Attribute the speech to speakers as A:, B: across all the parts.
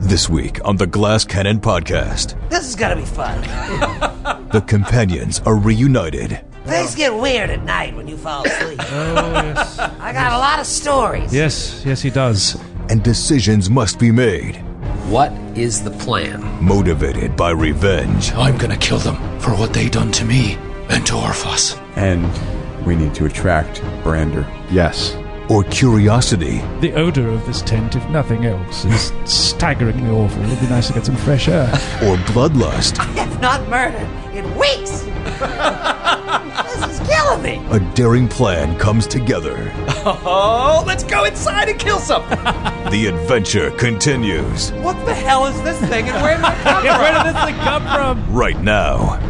A: This week on the Glass Cannon Podcast,
B: This is gonna be fun.
A: the companions are reunited.
B: Things get weird at night when you fall asleep. I got a lot of stories.
C: Yes, yes, he does.
A: and decisions must be made,
D: What is the plan?
A: motivated by revenge
E: I'm gonna kill them for what they done to me and to Orphos.
F: And we need to attract Brander.
G: Yes.
A: or curiosity.
C: The odor of this tent, if nothing else, is staggeringly awful. It'd be nice to get some fresh air.
A: Or bloodlust,
B: If not murdered in weeks. this is killing me.
A: a daring plan comes together.
H: Oh, let's go inside and kill some.
A: The adventure continues
H: What the hell is this thing and where did it come from?
C: Where did this thing come from?
A: right now.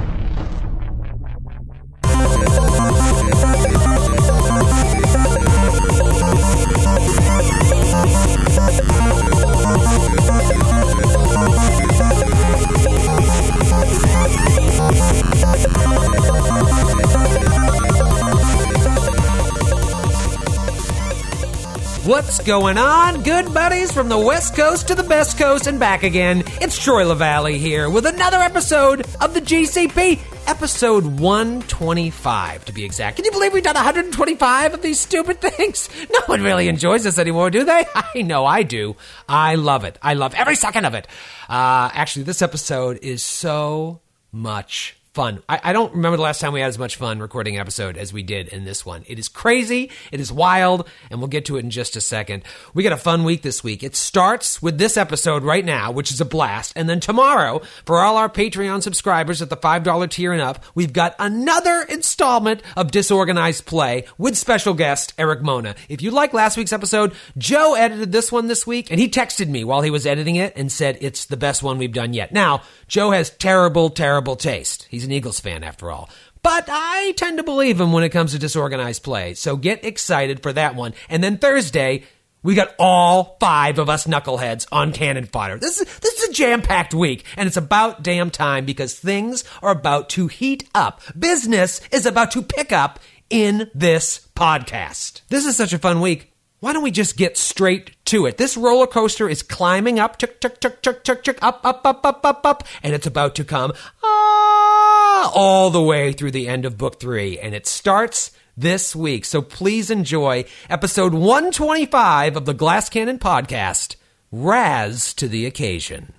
D: What's going on, good buddies from the West Coast to the Best Coast and back again? It's Troy LaValle here with another episode of the GCP, episode 125 to be exact. Can you believe we've done 125 of these stupid things? No one really enjoys this anymore, do they? I know I do. I love it. I love every second of it. Uh, actually, this episode is so much fun. I, I don't remember the last time we had as much fun recording an episode as we did in this one. It is crazy, it is wild, and we'll get to it in just a second. We got a fun week this week. It starts with this episode right now, which is a blast, and then tomorrow, for all our Patreon subscribers at the $5 tier and up, we've got another installment of Disorganized Play with special guest Eric Mona. If you like last week's episode, Joe edited this one this week, and he texted me while he was editing it and said it's the best one we've done yet. Now, Joe has terrible, terrible taste. He's an Eagles fan after all. But I tend to believe him when it comes to disorganized play, so get excited for that one. And then Thursday, we got all five of us knuckleheads on cannon fodder. This is this is a jam-packed week, and it's about damn time because things are about to heat up. Business is about to pick up in this podcast. This is such a fun week why don't we just get straight to it? This roller coaster is climbing up, tick, tick, tick, tick, tick, tick, up, up, up, up, up, up, and it's about to come ah, all the way through the end of book three. And it starts this week. So please enjoy episode 125 of the Glass Cannon podcast, Raz to the Occasion.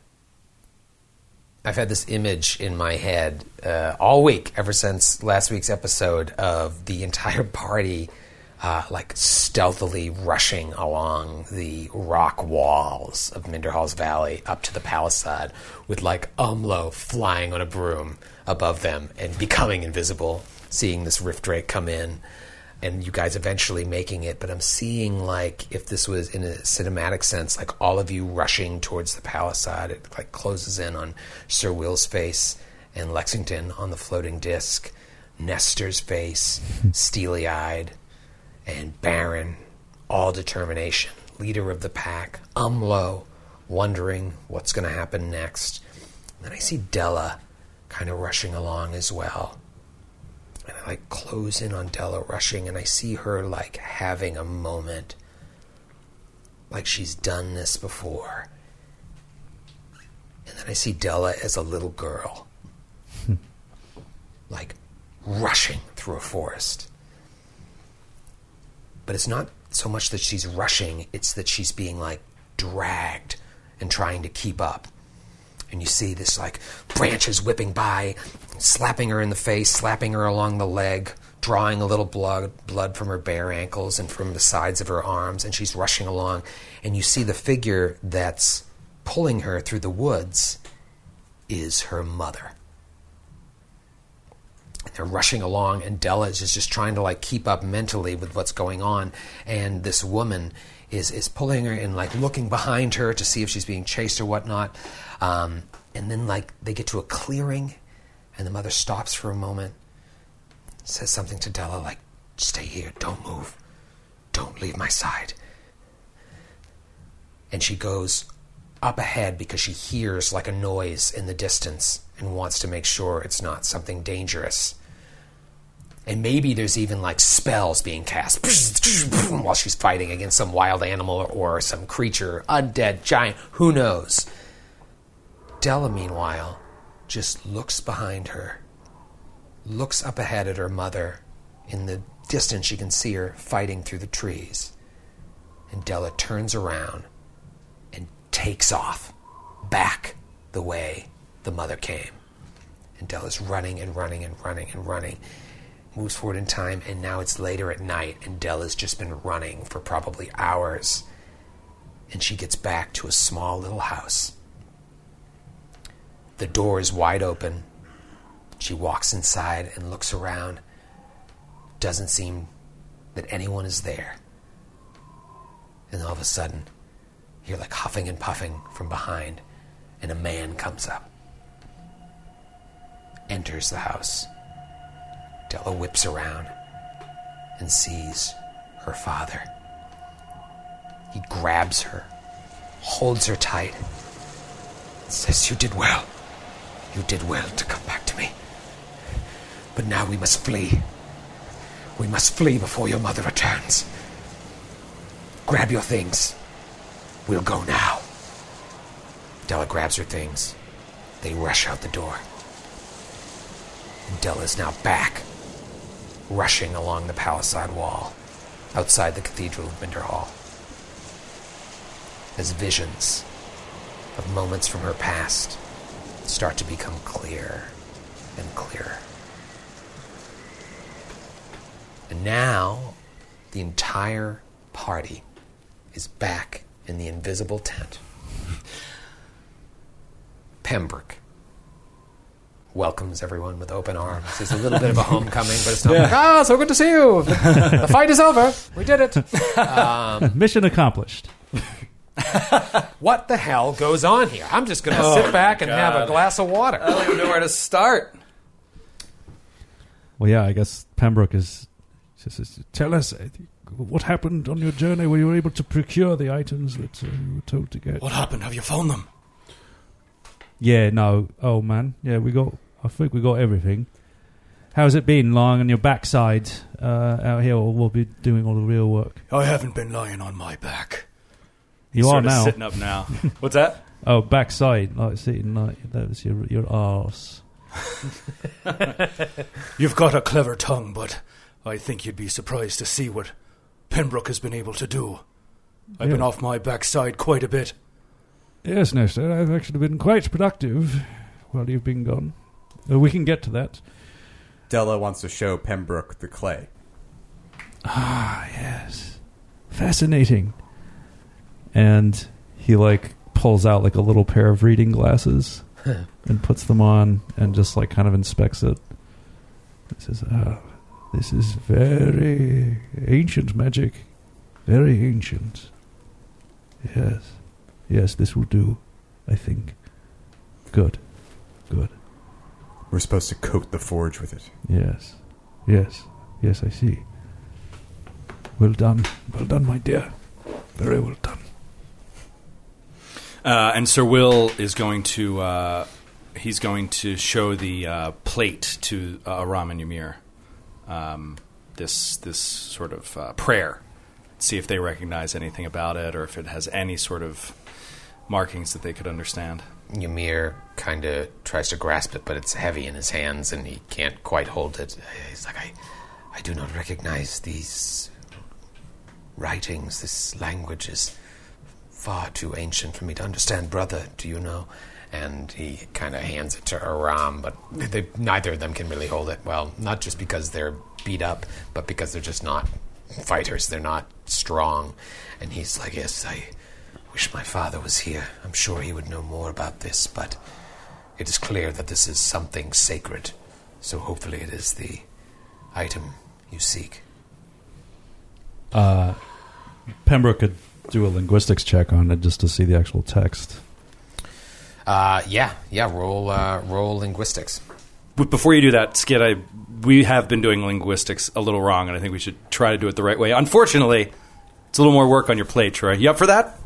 D: I've had this image in my head uh, all week, ever since last week's episode, of the entire party uh, like stealthily rushing along the rock walls of Minderhall's Valley up to the palisade, with like Umlo flying on a broom above them and becoming invisible, seeing this Rift Drake come in and you guys eventually making it, but I'm seeing like if this was in a cinematic sense, like all of you rushing towards the palisade, it like closes in on Sir Will's face and Lexington on the floating disc, Nestor's face, steely eyed, and Baron, all determination, leader of the pack, Umlo, wondering what's gonna happen next. Then I see Della kind of rushing along as well and I like close in on Della rushing, and I see her like having a moment, like she's done this before. And then I see Della as a little girl, like rushing through a forest. But it's not so much that she's rushing, it's that she's being like dragged and trying to keep up and you see this like branches whipping by, slapping her in the face, slapping her along the leg, drawing a little blood blood from her bare ankles and from the sides of her arms, and she's rushing along, and you see the figure that's pulling her through the woods is her mother. And they're rushing along, and Della is just trying to like keep up mentally with what's going on, and this woman is is pulling her and like looking behind her to see if she's being chased or whatnot, um, and then like they get to a clearing, and the mother stops for a moment, says something to Della like, "Stay here, don't move, don't leave my side," and she goes up ahead because she hears like a noise in the distance and wants to make sure it's not something dangerous. And maybe there's even like spells being cast while she's fighting against some wild animal or some creature, undead, giant, who knows. Della, meanwhile, just looks behind her, looks up ahead at her mother. In the distance, she can see her fighting through the trees. And Della turns around and takes off back the way the mother came. And Della's running and running and running and running. Moves forward in time, and now it's later at night, and Della's just been running for probably hours. And she gets back to a small little house. The door is wide open. She walks inside and looks around. Doesn't seem that anyone is there. And all of a sudden, you're like huffing and puffing from behind, and a man comes up, enters the house. Della whips around and sees her father. He grabs her, holds her tight, says, You did well. You did well to come back to me. But now we must flee. We must flee before your mother returns. Grab your things. We'll go now. Della grabs her things. They rush out the door. And Della's now back, rushing along the palisade wall outside the Cathedral of Binder Hall. As visions of moments from her past start to become clearer and clearer. And now, the entire party is back in the invisible tent. Pembroke welcomes everyone with open arms. It's a little bit of a homecoming, but it's not like, ah, so good to see you. The fight is over. We did it.
G: Mission accomplished.
D: What the hell goes on here? I'm just going to sit back and have a glass of water.
H: Oh I don't even know where to start.
G: Well, yeah, I guess Pembroke is.
C: Says, says, Tell us uh, what happened on your journey. Were you able to procure the items that uh, you were told to get?
E: What happened? Have you found them?
G: Yeah, no. Oh man, yeah, we got. I think we got everything. How's it been lying on your backside uh, out here, or we'll be doing all the real work?
E: I haven't been lying on my back.
G: You are
I: Sort of
G: now.
I: sitting up now. What's that?
G: Oh, backside, like sitting like that was your your arse.
E: You've got a clever tongue, but I think you'd be surprised to see what Pembroke has been able to do. I've been
C: Yeah.
E: off my backside quite a bit.
C: Yes, Nestor, I've actually been quite productive while you've been gone. Uh, we can get to that.
F: Della wants to show Pembroke the clay.
G: Yes. Fascinating. And he like pulls out like a little pair of reading glasses and puts them on and just like kind of inspects it. He says, "Ah, this is very ancient magic. Very ancient. Yes. Yes, this will do, I think. Good. Good.
F: We're supposed to coat the forge with it.
G: Yes. Yes. Yes, I see. Well done. Well done, my dear. Very well done.
I: Uh, and Sir Will is going to uh, he's going to show the uh, plate to uh, Aram and Ymir. Um, this this sort of uh, prayer, see if they recognize anything about it or if it has any sort of markings that they could understand.
B: Ymir kind of tries to grasp it, but it's heavy in his hands and he can't quite hold it. He's like, I, I do not recognize these writings. This language is far too ancient for me to understand, brother. Do you know? And he kind of hands it to Aram, but they, neither of them can really hold it well. Not just because they're beat up, but because they're just not fighters. They're not strong. And he's like, Yes, I wish my father was here. I'm sure he would know more about this, but it is clear that this is something sacred. So hopefully it is the item you seek.
G: Pembroke could do a linguistics check on it just to see the actual text.
B: Uh, yeah, yeah. Roll, uh, roll linguistics.
I: But before you do that, Skid, I we have been doing linguistics a little wrong, and I think we should try to do it the right way. Unfortunately, it's a little more work on your plate, Troy. You up for that?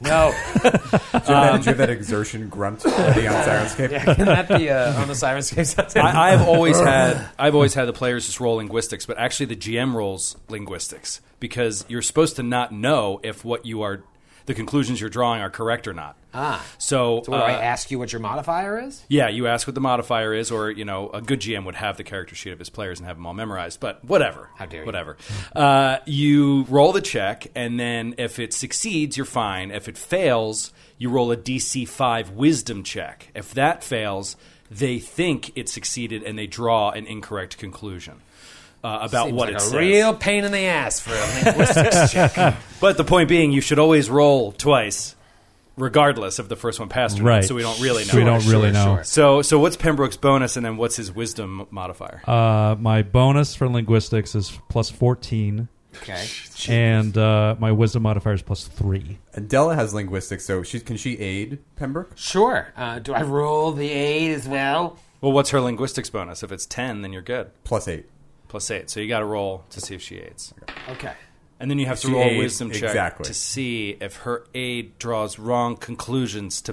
B: No,
F: Do you have, that, Um, do you have that exertion grunt thing on Sirenscape?
B: can that be uh, on the Sirenscape?
I: I, I've always had I've always had the players just roll linguistics, but actually the GM rolls linguistics because you're supposed to not know if what you are the conclusions you're drawing are correct or not.
D: Ah.
I: So,
D: So where I
I: uh,
D: ask you what your modifier is?
I: yeah, you ask what the modifier is, or you know, a good GM would have the character sheet of his players and have them all memorized. But whatever, how
D: dare you.
I: whatever. Uh, you roll the check, and then if it succeeds, you're fine. If it fails, you roll a DC five Wisdom check. If that fails, they think it succeeded and they draw an incorrect conclusion uh, about
D: Seems
I: what
D: like
I: it
D: a
I: says.
D: real pain in the ass for a linguistics check.
I: But the point being, you should always roll twice, regardless of the first one passed or not.
G: Right.
I: So we don't really know.
G: So we don't really know.
I: So, so what's Pembroke's bonus, and then what's his wisdom modifier?
G: Uh, my bonus for linguistics is plus 14,
D: Okay.
G: and uh, my wisdom modifier is plus 3.
F: And Della has linguistics, so she can she aid Pembroke?
D: Sure. Uh, do I roll the eight as well?
I: well, what's her linguistics bonus? If it's ten, then you're good.
F: Plus eight.
I: Plus eight, so you got to roll to see if she aids,
D: Okay.
I: and then you have to
F: She
I: roll a
F: aids,
I: wisdom check
F: exactly.
I: to see if her aid draws wrong conclusions to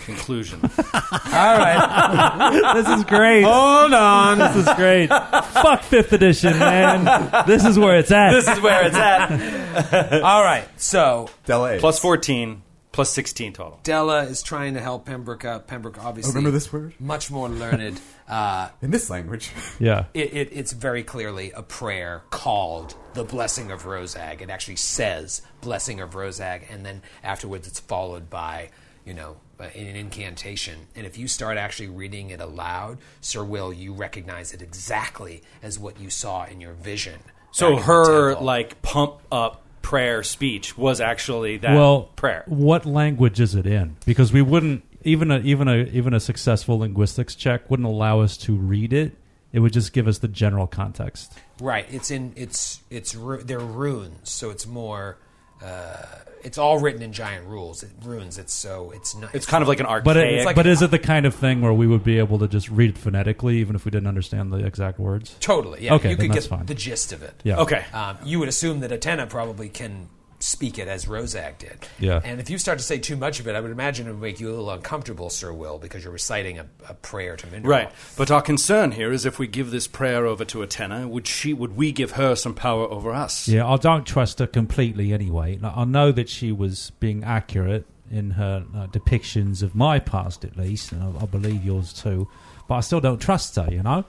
I: conclusion.
D: All right.
G: This is great.
D: Hold on.
G: This is great. Fuck 5th edition, man. This is where it's at.
I: this is where it's at.
D: All right. So
F: Della aids.
I: Plus fourteen, plus sixteen total.
D: Della is trying to help Pembroke out. Pembroke, obviously,
F: Oh, remember this word
D: much more learned. Uh,
F: in this language.
G: yeah.
D: it, it, it's very clearly a prayer called the Blessing of Rosag. It actually says Blessing of Rosag, and then afterwards it's followed by, you know, uh, an incantation. And if you start actually reading it aloud, Sir Will, you recognize it exactly as what you saw in your vision.
I: So
D: back in the
I: her
D: temple.
I: like pump up prayer speech was actually that
G: well,
I: prayer.
G: What language is it in? Because we wouldn't even a even a even a successful linguistics check wouldn't allow us to read it. It would just give us the general context.
D: Right. It's in it's it's ru- they're runes, so it's more. Uh, it's all written in giant rules. It, runes. It's so it's not.
I: It's kind of like an archaic.
G: But it,
D: like-
G: but is it the kind of thing where we would be able to just read it phonetically, even if we didn't understand the exact words?
D: totally. Yeah.
G: Okay,
D: You
G: then
D: could get
G: that's fine.
D: the gist of it.
G: Yeah.
I: okay.
D: Um, you would assume that Atena probably can speak it as Rozak did.
G: Yeah.
D: And if you start to say too much of it, I would imagine it would make you a little uncomfortable, Sir Will, because you're reciting a, a prayer to Mindral.
I: Right, but our concern here is if we give this prayer over to Atena, would she? Would we give her some power over us?
G: Yeah, I don't trust her completely anyway. Like, I know that she was being accurate in her uh, depictions of my past, at least, and I, I believe yours too. But I still don't trust her, you know?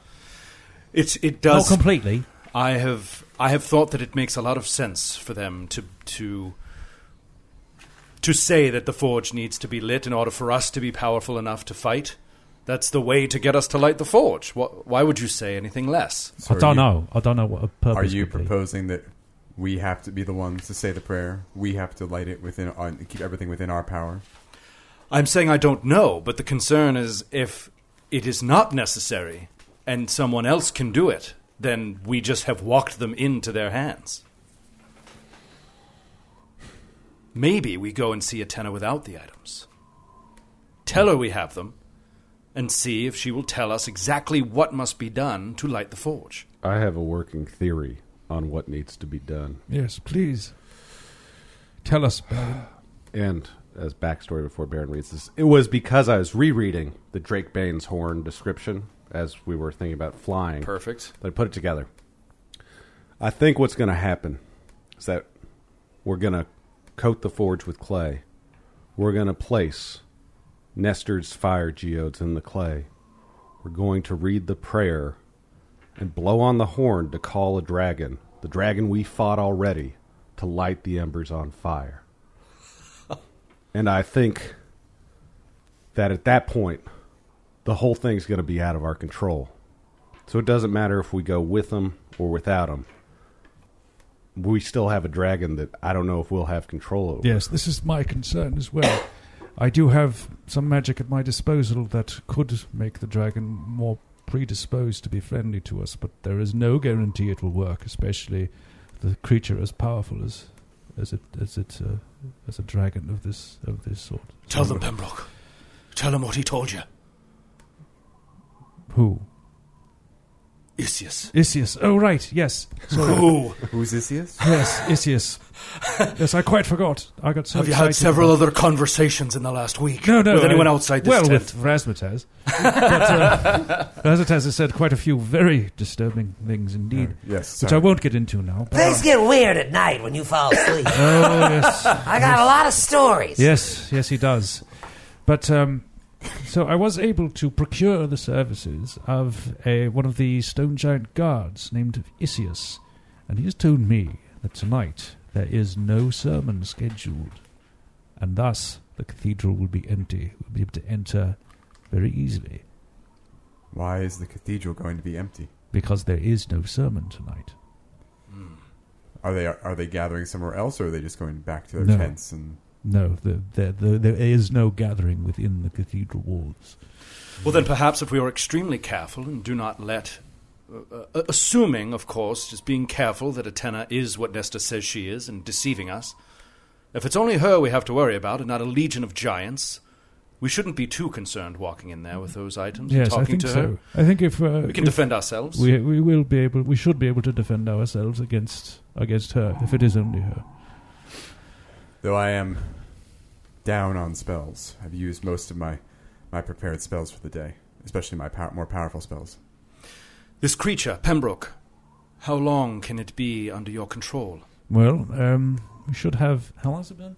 I: It it
G: Not
I: does.
G: completely.
I: I have I have thought that it makes a lot of sense for them to to to say that the forge needs to be lit in order for us to be powerful enough to fight. That's the way to get us to light the forge. Wh- Why would you say anything less?
F: So
G: I
F: are
G: don't
F: you-
G: know. I don't know what a purpose
F: Are you
G: would be.
F: proposing that we have to be the ones to say the prayer? We have to light it within, on, keep everything within our power.
I: I'm saying I don't know, but the concern is if it is not necessary and someone else can do it, then we just have walked them into their hands. Maybe we go and see Atena without the items. Tell her we have them and see if she will tell us exactly what must be done to light the forge.
J: I have a working theory on what needs to be done.
C: Yes, please. Tell us, Baron.
J: And as backstory before Baron reads this, it was because I was rereading the Drake Bane's horn description as we were thinking about flying.
I: Perfect.
J: They put it together. I think what's going to happen is that we're going to coat the forge with clay. We're going to place Nestor's fire geodes in the clay. We're going to read the prayer and blow on the horn to call a dragon, the dragon we fought already, to light the embers on fire. and I think that at that point, the whole thing's going to be out of our control. So it doesn't matter if we go with them or without them. We still have a dragon that I don't know if we'll have control over.
C: Yes, this is my concern as well. I do have some magic at my disposal that could make the dragon more predisposed to be friendly to us, but there is no guarantee it will work, especially the creature as powerful as as it as it uh, as a dragon of this of this sort.
E: Tell them, Pembroke. Tell them what he told you.
C: Who?
E: You
B: Isius.
C: Isius. Oh, right. Yes. Sorry.
B: Who?
F: Who's Isius?
C: Yes, Isius. yes, I quite forgot. I got so
B: Have you had
C: excited.
B: several other conversations in the last week?
C: No, no.
B: With anyone
C: I-
B: outside this
C: well,
B: tent?
C: with Rasmataz. but, uh, Rasmataz has said quite a few very disturbing things indeed.
K: yes,
C: Which
K: sorry.
C: I won't get into now. but-
K: Things get weird at night when you fall asleep.
C: Oh, yes.
K: I got a lot of stories.
C: Yes, yes, he does. But um, so I was able to procure the services of a, one of the stone giant guards named Isius, and he has told me that tonight there is no sermon scheduled, and thus the cathedral will be empty. We'll be able to enter very easily
F: Why is the cathedral going to be empty?
C: because there is no sermon tonight.
F: Are they are they gathering somewhere else, or are they just going back to their
C: No.
F: tents? And
C: No, the, the, the, there is no gathering within the cathedral walls.
I: Well, then perhaps if we are extremely careful and do not let. Uh, uh, assuming, of course, just being careful that Atena is what Nesta says she is and deceiving us. If it's only her we have to worry about and not a legion of giants, we shouldn't be too concerned walking in there with those items and
C: Yes, I
I: talking
C: think
I: to
C: so.
I: her.
C: I think if uh,
I: we can
C: if
I: defend ourselves.
C: we we will be able, we should be able to defend ourselves against against her if it is only her.
F: though I am down on spells, I've used most of my my prepared spells for the day, especially my pow- more powerful spells.
I: This creature, Pembroke, how long can it be under your control?
C: Well, um, we should have. How long has it been?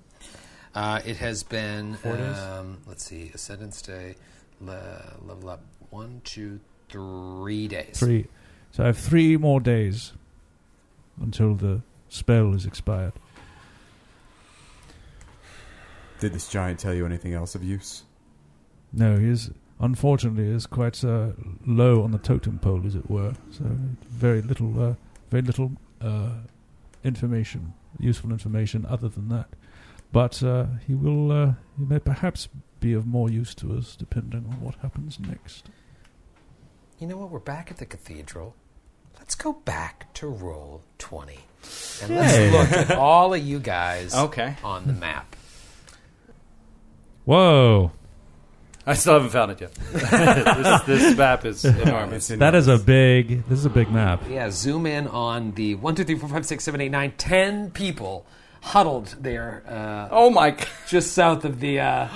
D: Uh, it has been
C: Four days?
D: Um, let's see, Ascendance Day, le- level up one, two, three days.
C: Three. So I have three more days until the spell is expired.
F: Did this giant tell you anything else of use?
C: No, he is unfortunately is quite uh, low on the totem pole, as it were. So very little, uh, very little uh, information, useful information, other than that. But uh, he will, uh, he may perhaps be of more use to us, depending on what happens next.
D: You know what? We're back at the cathedral. Let's go back to roll 20. And
C: Yay.
D: let's look at all of you guys
I: Okay.
D: on the map.
C: Whoa,
I: I still haven't found it yet. this, this map is enormous.
G: That is a big. This is a big map.
D: Yeah, zoom in on the 1, 2, 3, 4, 5, 6, 7, 8, 9, 10 people huddled there. Uh,
I: oh, my God.
D: Just south of the. Uh,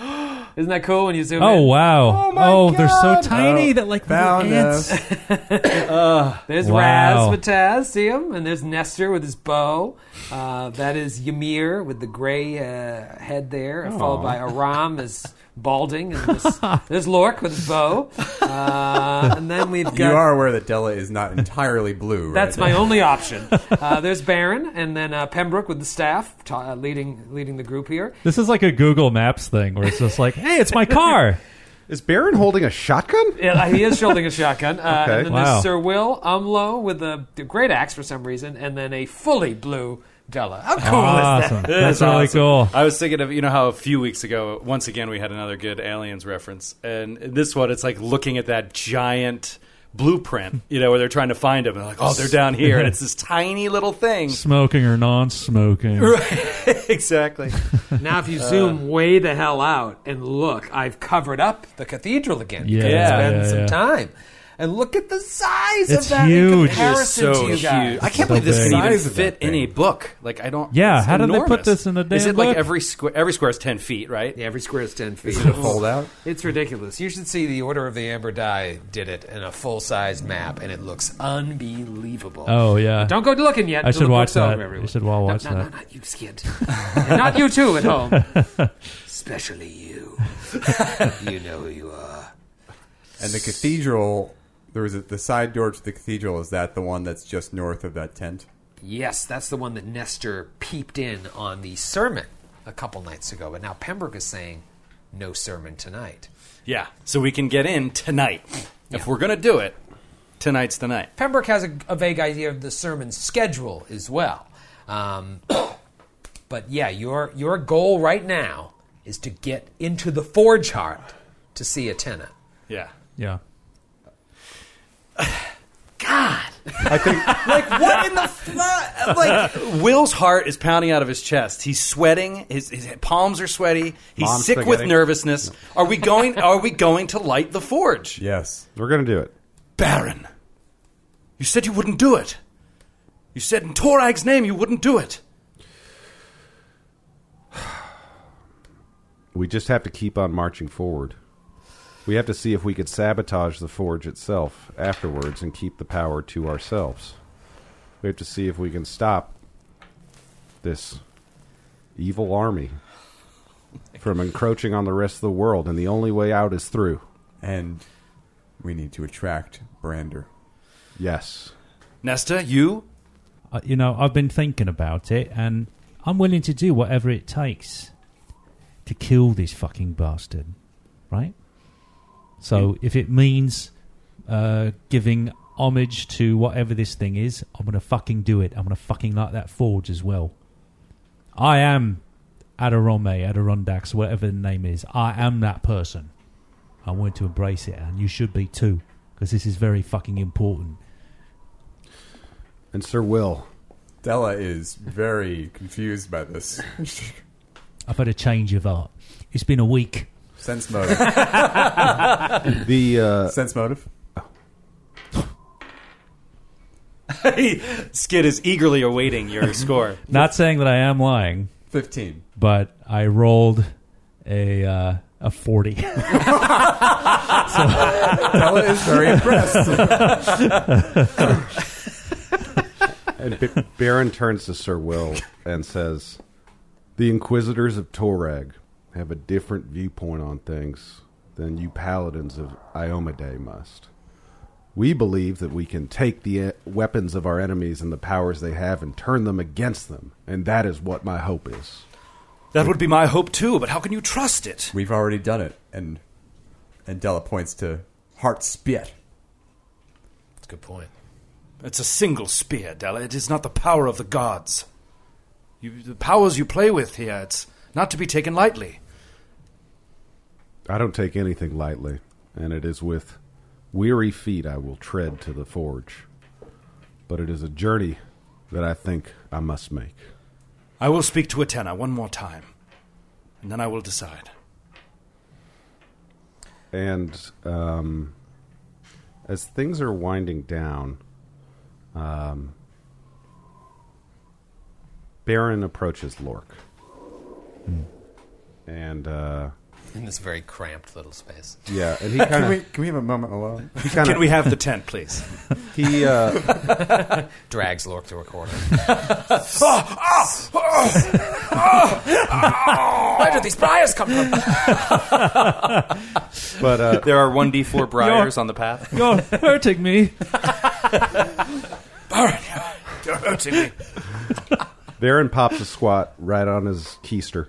D: isn't that cool when you zoom in?
G: Oh wow! Oh, they're so
D: God.
G: tiny
D: Oh,
G: that like
D: found
G: little ants.
D: us. There's
G: Wow.
D: Razmataz, see him? And there's Nestor with his bow. Uh, that is Ymir with the gray uh, head there, followed
L: Aw.
D: by Aram is balding. And this, there's Lork with his bow. Uh, and then we've got.
F: You are aware that Della is not entirely blue. Right?
D: That's my only option. Uh, there's Baron, and then uh, Pembroke with the staff, ta- uh, leading leading the group here.
G: This is like a Google Maps thing where it's just like, hey, it's my car.
J: Is Baron holding a shotgun?
D: Yeah, Uh, he is shielding a shotgun. Uh,
J: Okay.
D: And then
J: Wow.
D: there's Sir Will Umlo with a, a great axe for some reason, and then a fully blue Della. How cool
G: Ah.
D: is that?
G: cool.
I: I was thinking of you know how a few weeks ago, once again, we had another good aliens reference, and in this one, it's like looking at that giant blueprint, you know, where they're trying to find them, and like, oh, they're down here, and it's this tiny little thing.
G: Smoking or non-smoking?
I: Right. exactly.
D: Now, if you zoom way the hell out and look, I've covered up the cathedral again. because
G: Yeah,
D: it's been
G: yeah,
D: some
G: yeah.
D: time. And look at the size
G: It's
D: of that in
G: huge.
D: comparison
I: It's so
D: to you guys.
I: huge. I can't believe this can even fit in a book. Like I don't.
G: Yeah,
I: it's
G: how did they put
I: enormous.
G: this in a
I: Is
G: damn
I: it like
G: book?
I: every square? Every square is ten feet, right?
D: Yeah, every square is ten feet.
I: Is it a foldout?
D: It's ridiculous. You should see the Order of the Amber Die did it in a full size map, and it looks unbelievable.
G: Oh, yeah.
D: Don't go looking yet.
G: I
D: till
G: should
D: the
G: watch
D: book's over,
G: that. You
D: everyone.
G: should all
D: No,
G: watch
D: no, No,
G: that.
D: no, you skid. and not you too at home, especially you. you know who you are.
F: And the cathedral, there is a, the side door to the cathedral. Is that the one that's just north of that tent?
D: Yes, that's the one that Nestor peeped in on the sermon a couple nights ago, but now Pembroke is saying no sermon tonight.
I: Yeah. So we can get in tonight if we're gonna do it. Tonight's the night.
D: Pembroke has a, a vague idea of the sermon schedule as well. Um, but yeah, your your goal right now is to get into the forge heart to see Atena.
I: Yeah.
G: Yeah.
I: I think like what in the
K: uh,
I: fly? like Will's heart is pounding out of his chest. He's sweating. His, his palms are sweaty. He's
J: Mom's
I: sick with
J: spaghetti.
I: nervousness. Are we going? Are we going to light the forge?
F: Yes.
J: We're going to do it.
I: Baron,
B: You said you wouldn't do it. You said in Torag's name you wouldn't do it.
J: We just have to keep on marching forward. We have to see if we could sabotage the forge itself afterwards and keep the power to ourselves. We have to see if we can stop this evil army from encroaching on the rest of the world, and the only way out is through.
F: And we need to attract Brander.
J: Yes.
B: Nesta, you?
G: Uh, you know, I've been thinking about it, and I'm willing to do whatever it takes to kill this fucking bastard, right? So if it means uh, giving homage to whatever this thing is, I'm gonna fucking do it. I'm gonna fucking like that forge as well. I am Adirome, Adirondax, whatever the name is. I am that person. I want to embrace it, and you should be too, because this is very fucking important.
J: And Sir Will.
F: Della is very confused by this.
G: I've had a change of art. It's been a week.
F: Sense motive.
J: the uh,
F: sense motive.
I: Skid is eagerly awaiting your score.
G: Not saying that I am lying.
F: 15.
G: But I rolled a uh, a 40. so,
F: Della is very
J: And B- Baron turns to Sir Will and says, The Inquisitors of Torag have a different viewpoint on things than you paladins of Iomade must. We believe that we can take the uh, weapons of our enemies and the powers they have and turn them against them, and that is what my hope is.
B: That would be my hope too, but how can you trust it?
F: We've already done it, and and Della points to Heart Spit.
D: That's a good point.
B: It's a single spear, Della. It is not the power of the gods. You, the powers you play with here, it's not to be taken lightly.
J: I don't take anything lightly, and it is with weary feet I will tread to the forge. But it is a journey that I think I must make.
B: I will speak to Atena one more time, and then I will decide.
J: And um, as things are winding down, um, Baron approaches Lork. And uh,
D: In this very cramped little space.
J: yeah, and he kind
F: Can we,
J: of
F: can we have a moment alone?
J: He kinda- Can we have the tent,
B: please?
J: He uh,
D: drags Lork to a corner.
K: Where did these briars come from?
J: but uh,
I: there are one d four briars on the path.
C: Oh,
M: You're hurting me.
B: You're hurting me.
J: Baron pops a squat right on his keister.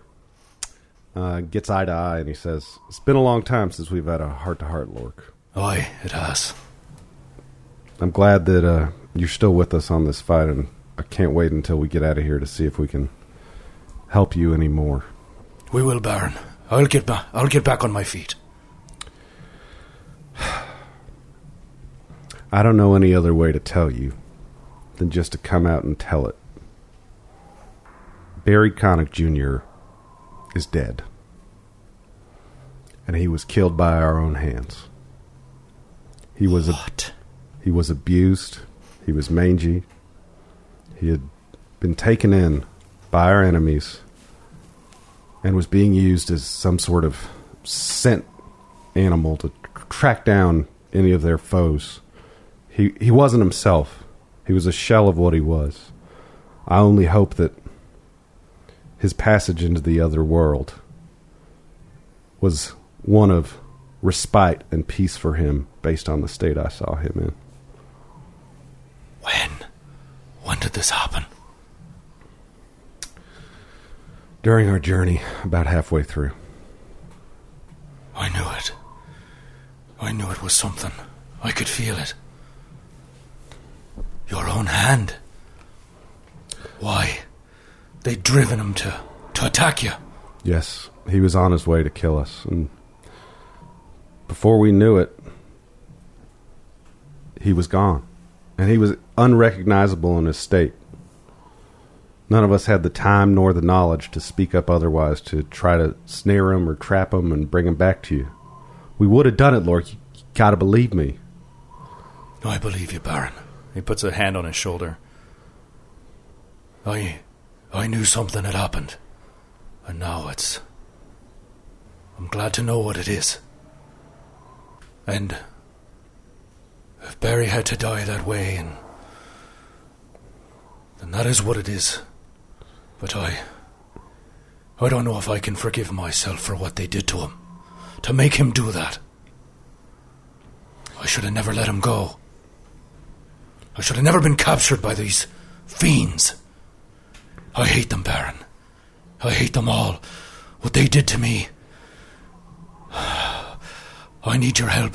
J: Uh, gets eye to eye, and he says, "It's been a long time since we've had a heart to heart, Lork.
B: Aye, it has.
J: I'm glad that uh, you're still with us on this fight, and I can't wait until we get out of here to see if we can help you anymore."
B: We will, Baron. I'll get back. I'll get back on my feet.
J: I don't know any other way to tell you than just to come out and tell it. Barry Connick Jr. is dead. And he was killed by our own hands. He was what? he was abused. He was mangy. He had been taken in by our enemies and was being used as some sort of scent animal to tr- track down any of their foes. He he wasn't himself. He was a shell of what he was. I only hope that his passage into the other world was one of respite and peace for him based on the state I saw him in.
B: When did this happen?
J: During our journey, about halfway through.
B: I knew it. I knew it was something. I could feel it. Your own hand. Why? They driven him to to attack you.
J: Yes, he was on his way to kill us, and before we knew it, he was gone, and he was unrecognizable in his state. None of us had the time nor the knowledge to speak up otherwise to try to snare him or trap him and bring him back to you. We would have done it, Lord. You gotta believe me.
B: I believe you, Baron.
I: He puts a hand on his shoulder.
E: I, I knew something had happened, and now it's. I'm glad to know what it is. And if Barry had to die that way, and then that is what it is. But I, I don't know if I can forgive myself for what they did to him, to make him do that. I should have never let him go. I should have never been captured by these fiends. I hate them, Baron. I hate them all. What they did to me. I need your help.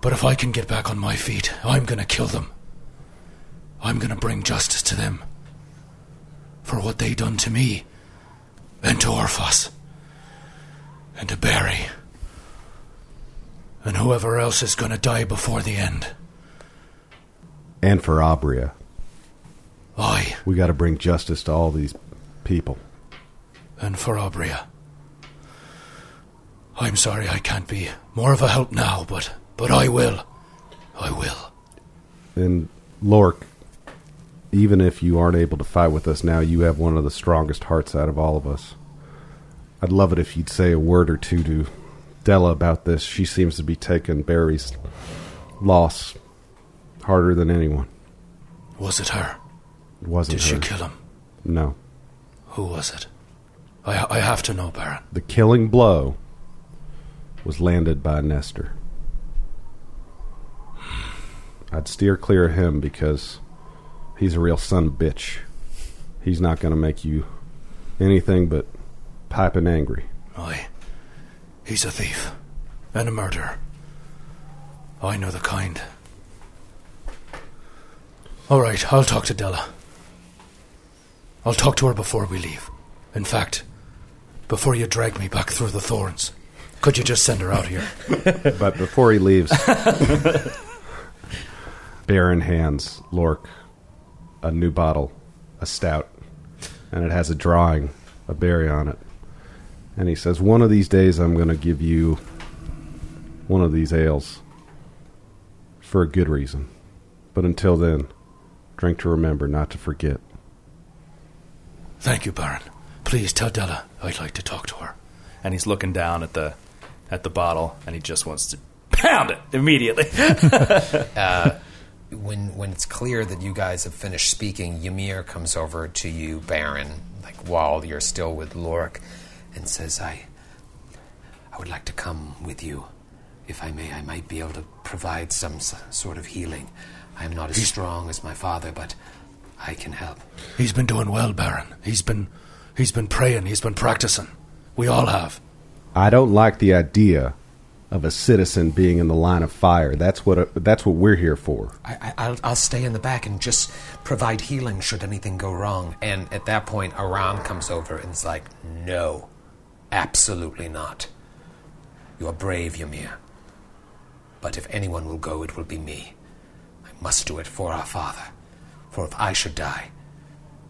E: But if I can get back on my feet, I'm gonna kill them. I'm gonna bring justice to them. For what they done to me. And to Orphos. And to Barry. And whoever else is gonna die before the end.
J: and for Abria.
E: Aye.
J: We got to bring justice to all these people.
E: and for Abria. I'm sorry I can't be more of a help now, but but I will. I will.
J: And Lork, even if you aren't able to fight with us now, you have one of the strongest hearts out of all of us. I'd love it if you'd say a word or two to Della about this. She seems to be taking Barry's loss harder than anyone.
E: Was it her?
J: It wasn't
E: Did she
J: her.
E: kill him?
J: No.
E: Who was it? I I have to know, Baron.
J: The killing blow was landed by Nestor. I'd steer clear of him because he's a real son of a bitch. He's not going to make you anything but piping angry.
E: Aye. He's a thief and a murderer. I know the kind. All right, I'll talk to Della. I'll talk to her before we leave. In fact, before you drag me back through the thorns, could you just send her out here?
J: but before he leaves, Baron hands Lork a new bottle, a stout, and it has a drawing of Barry on it. And he says, One of these days I'm going to give you one of these ales for a good reason. But until then, drink to remember, not to forget.
E: Thank you, Baron. Please tell Della I'd like to talk to her.
I: and he's looking down at the at the bottle, and he just wants to pound it immediately.
D: uh, when when it's clear that you guys have finished speaking, Ymir comes over to you, Baron, like while you're still with Lorik, and says, "I, I would like to come with you, if I may. I might be able to provide some s- sort of healing. I am not as strong as my father, but I can help."
E: He's been doing well, Baron. He's been he's been praying, he's been practicing. We all have.
J: I don't like the idea of a citizen being in the line of fire. That's what, that's what we're here for.
D: I, I, I'll, I'll stay in the back and just provide healing should anything go wrong. And at that point, Aram comes over and is like, No, absolutely not. You are brave, Ymir. But if anyone will go, it will be me. I must do it for our father. For if I should die,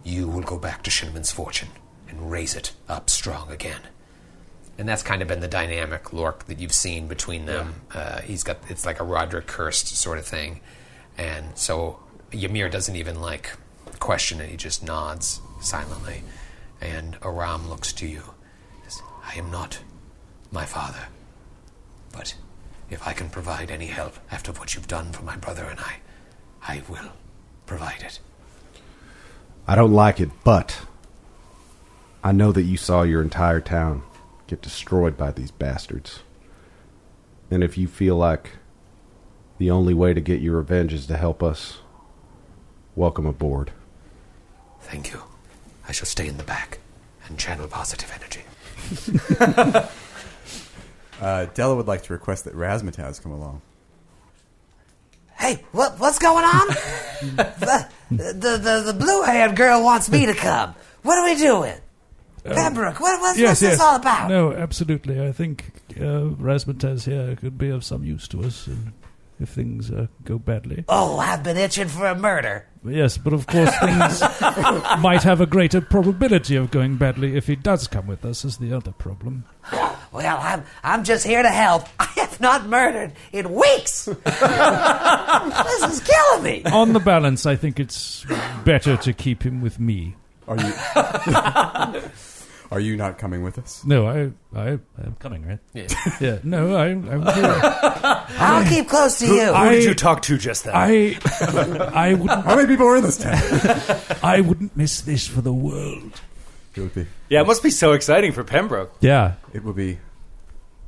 D: you will go back to Shinman's fortune and raise it up strong again. And that's kind of been the dynamic, Lork, that you've seen between them. Uh, he's got it's like a Roderick cursed sort of thing, and so Ymir doesn't even like question it. He just nods silently, and Aram looks to you. Says, I am not my father, but if I can provide any help after what you've done for my brother and I, I will provide it.
J: I don't like it, but I know that you saw your entire town get destroyed by these bastards. And if you feel like the only way to get your revenge is to help us, welcome aboard.
D: Thank you. I shall stay in the back and channel positive energy.
F: Uh, Della would like to request that Razmataz come along.
K: Hey, what what's going on? the, the the the blue haired girl wants me to come. What are we doing?
C: Um,
K: Pembroke, what, what's,
C: yes,
K: what's this
C: yes.
K: all about?
C: No, absolutely. I think uh, Rasmataz here could be of some use to us and if things uh, go badly.
K: Oh, I've been itching for a murder.
C: Yes, but of course things might have a greater probability of going badly if he does come with us, is the other problem.
K: Well, I'm, I'm just here to help. I have not murdered in weeks. this is killing me.
C: On the balance, I think it's better to keep him with me.
F: Are you? Are you not coming with us?
C: No, I, I, I'm coming, right?
F: Yeah.
C: yeah. No, I, I'm here.
K: I'll keep close to
I: Who-
K: you.
I: Who did you talk to just then?
C: I, I wouldn't.
F: How many people are in this town?
C: I wouldn't miss this for the world.
F: It would be.
I: Yeah, it must be so exciting for Pembroke.
C: Yeah.
F: It would be.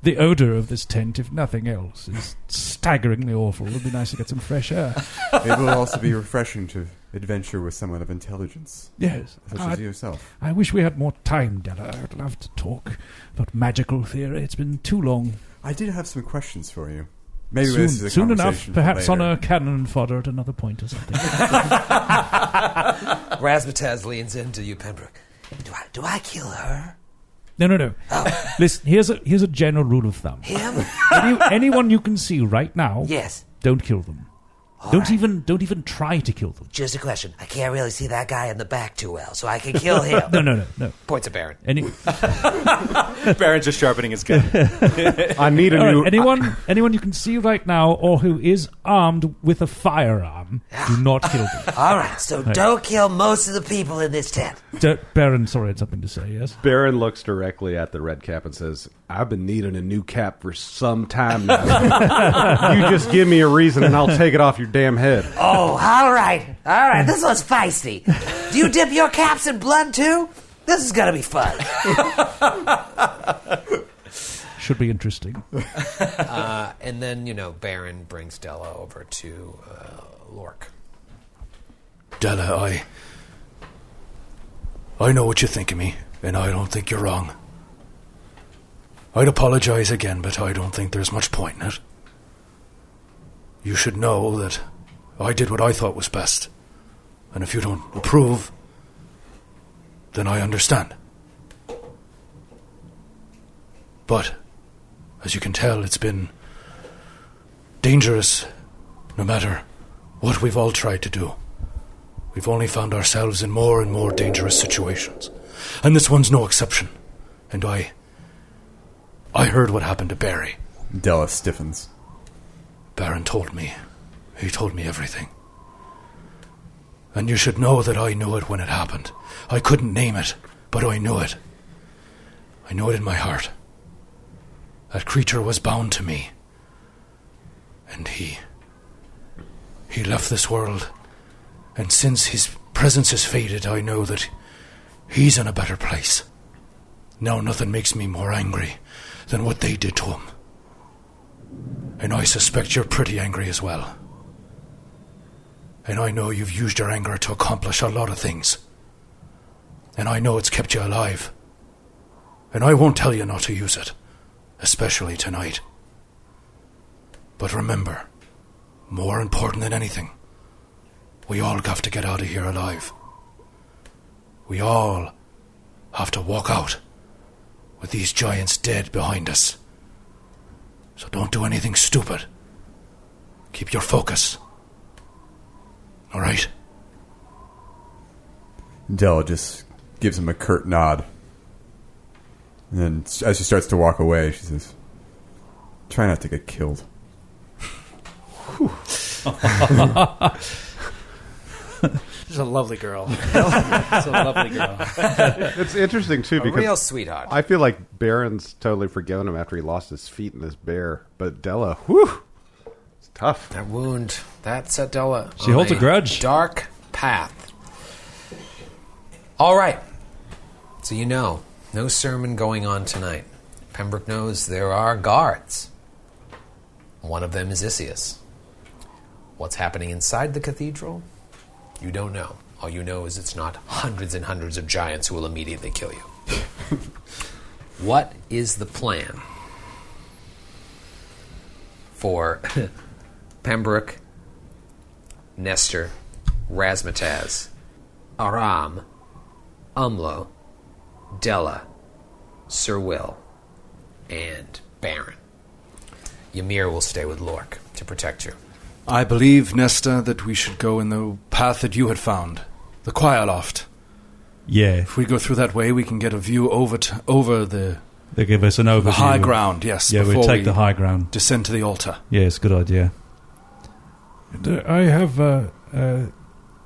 C: The odor of this tent, if nothing else, is staggeringly awful. It would be nice to get some fresh air.
F: It will also be refreshing to adventure with someone of intelligence.
C: Yes.
F: Such
C: I-
F: as yourself.
C: I wish we had more time, Della. I'd love to talk about magical theory. It's been too long.
F: I did have some questions for you. Maybe
C: soon,
F: this is a
C: soon enough,
F: conversation for
C: perhaps
F: later.
C: on a cannon fodder at another point or something.
D: Razzmatazz leans into you, Pembroke.
K: Do I, do I kill her?
C: No, no, no. Listen, here's a here's a general rule of thumb.
K: Him?
C: Any, anyone you can see right now,
K: Yes.
C: don't kill them. don't even don't even try to kill them.
K: Just a question. I can't really see that guy in the back too well, so I can kill him.
C: no, no, no, no.
D: Points of Baron.
C: Any,
I: Baron's just sharpening his gun. I
C: All right, anyone anyone you can see right now or who is armed with a firearm. Do not kill them.
K: All right, so
C: Right.
K: don't kill most of the people in this tent.
C: D- Baron, sorry, I had something to say. Yes.
J: Baron looks directly at the red cap and says, I've been needing a new cap for some time now. you just give me a reason and I'll take it off your damn head.
K: Oh, all right, all right. This one's feisty. Do you dip your caps in blood too? This is gonna be fun.
C: Should be interesting.
D: uh, and then, you know, Baron brings Della over to uh, Lork.
E: Della, I. I know what you think of me, and I don't think you're wrong. I'd apologize again, but I don't think there's much point in it. You should know that I did what I thought was best, and if you don't approve, then I understand. But, as you can tell, it's been dangerous no matter what we've all tried to do. We've only found ourselves in more and more dangerous situations. And this one's no exception. And I. I heard what happened to Barry.
F: Della stiffens.
E: Baron told me. He told me everything. And you should know that I knew it when it happened. I couldn't name it, but I knew it. I knew it in my heart. That creature was bound to me. And he. He left this world. And since his presence has faded, I know that he's in a better place. Now, nothing makes me more angry than what they did to him. And I suspect you're pretty angry as well. And I know you've used your anger to accomplish a lot of things. And I know it's kept you alive. And I won't tell you not to use it, especially tonight. But remember, more important than anything, we all have to get out of here alive. We all have to walk out with these giants dead behind us. So don't do anything stupid. Keep your focus. All right?
F: Della just gives him a curt nod. And then s- as she starts to walk away, she says, Try not to get killed.
I: She's a lovely girl. She's a lovely girl.
J: it's interesting too
I: A
J: because
I: real sweetheart.
J: I feel like Baron's totally forgiven him after he lost his feet in this bear, but Della, whew, it's tough.
D: That wound, that set Della.
J: She
D: on
J: holds a grudge.
D: Dark path. All right. So you know, no sermon going on tonight. Pembroke knows there are guards. One of them is Isius. What's happening inside the cathedral? You don't know. All you know is it's not hundreds and hundreds of giants who will immediately kill you. what is the plan for Pembroke, Nestor, Razmataz, Aram, Umlo, Della, Sir Will, and Baron? Ymir will stay with Lork to protect you.
E: I believe, Nesta, that we should go in the path that you had found the choir loft.
G: Yeah.
E: If we go through that way, we can get a view over, t- over the
B: They give us an overview.
I: The high ground, yes.
B: Yeah, we
I: before
B: take the high ground.
I: Descend to the altar.
B: Yes, good idea.
C: And, uh, I have a uh, uh,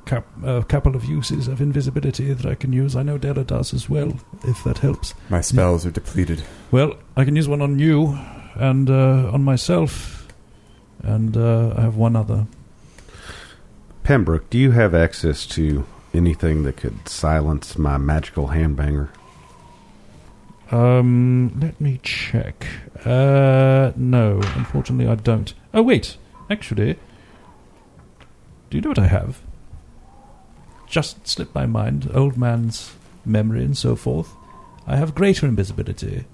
C: cap- a couple of uses of invisibility that I can use. I know Della does as well, if that helps.
F: My spells are depleted.
C: Well, I can use one on you and uh, on myself, and uh, I have one other.
J: Pembroke, do you have access to anything that could silence my magical handbanger?
C: Um, let me check. Uh, no, unfortunately, I don't. Oh wait, actually, do you know what I have? Just slipped my mind. Old man's memory and so forth. I have greater invisibility,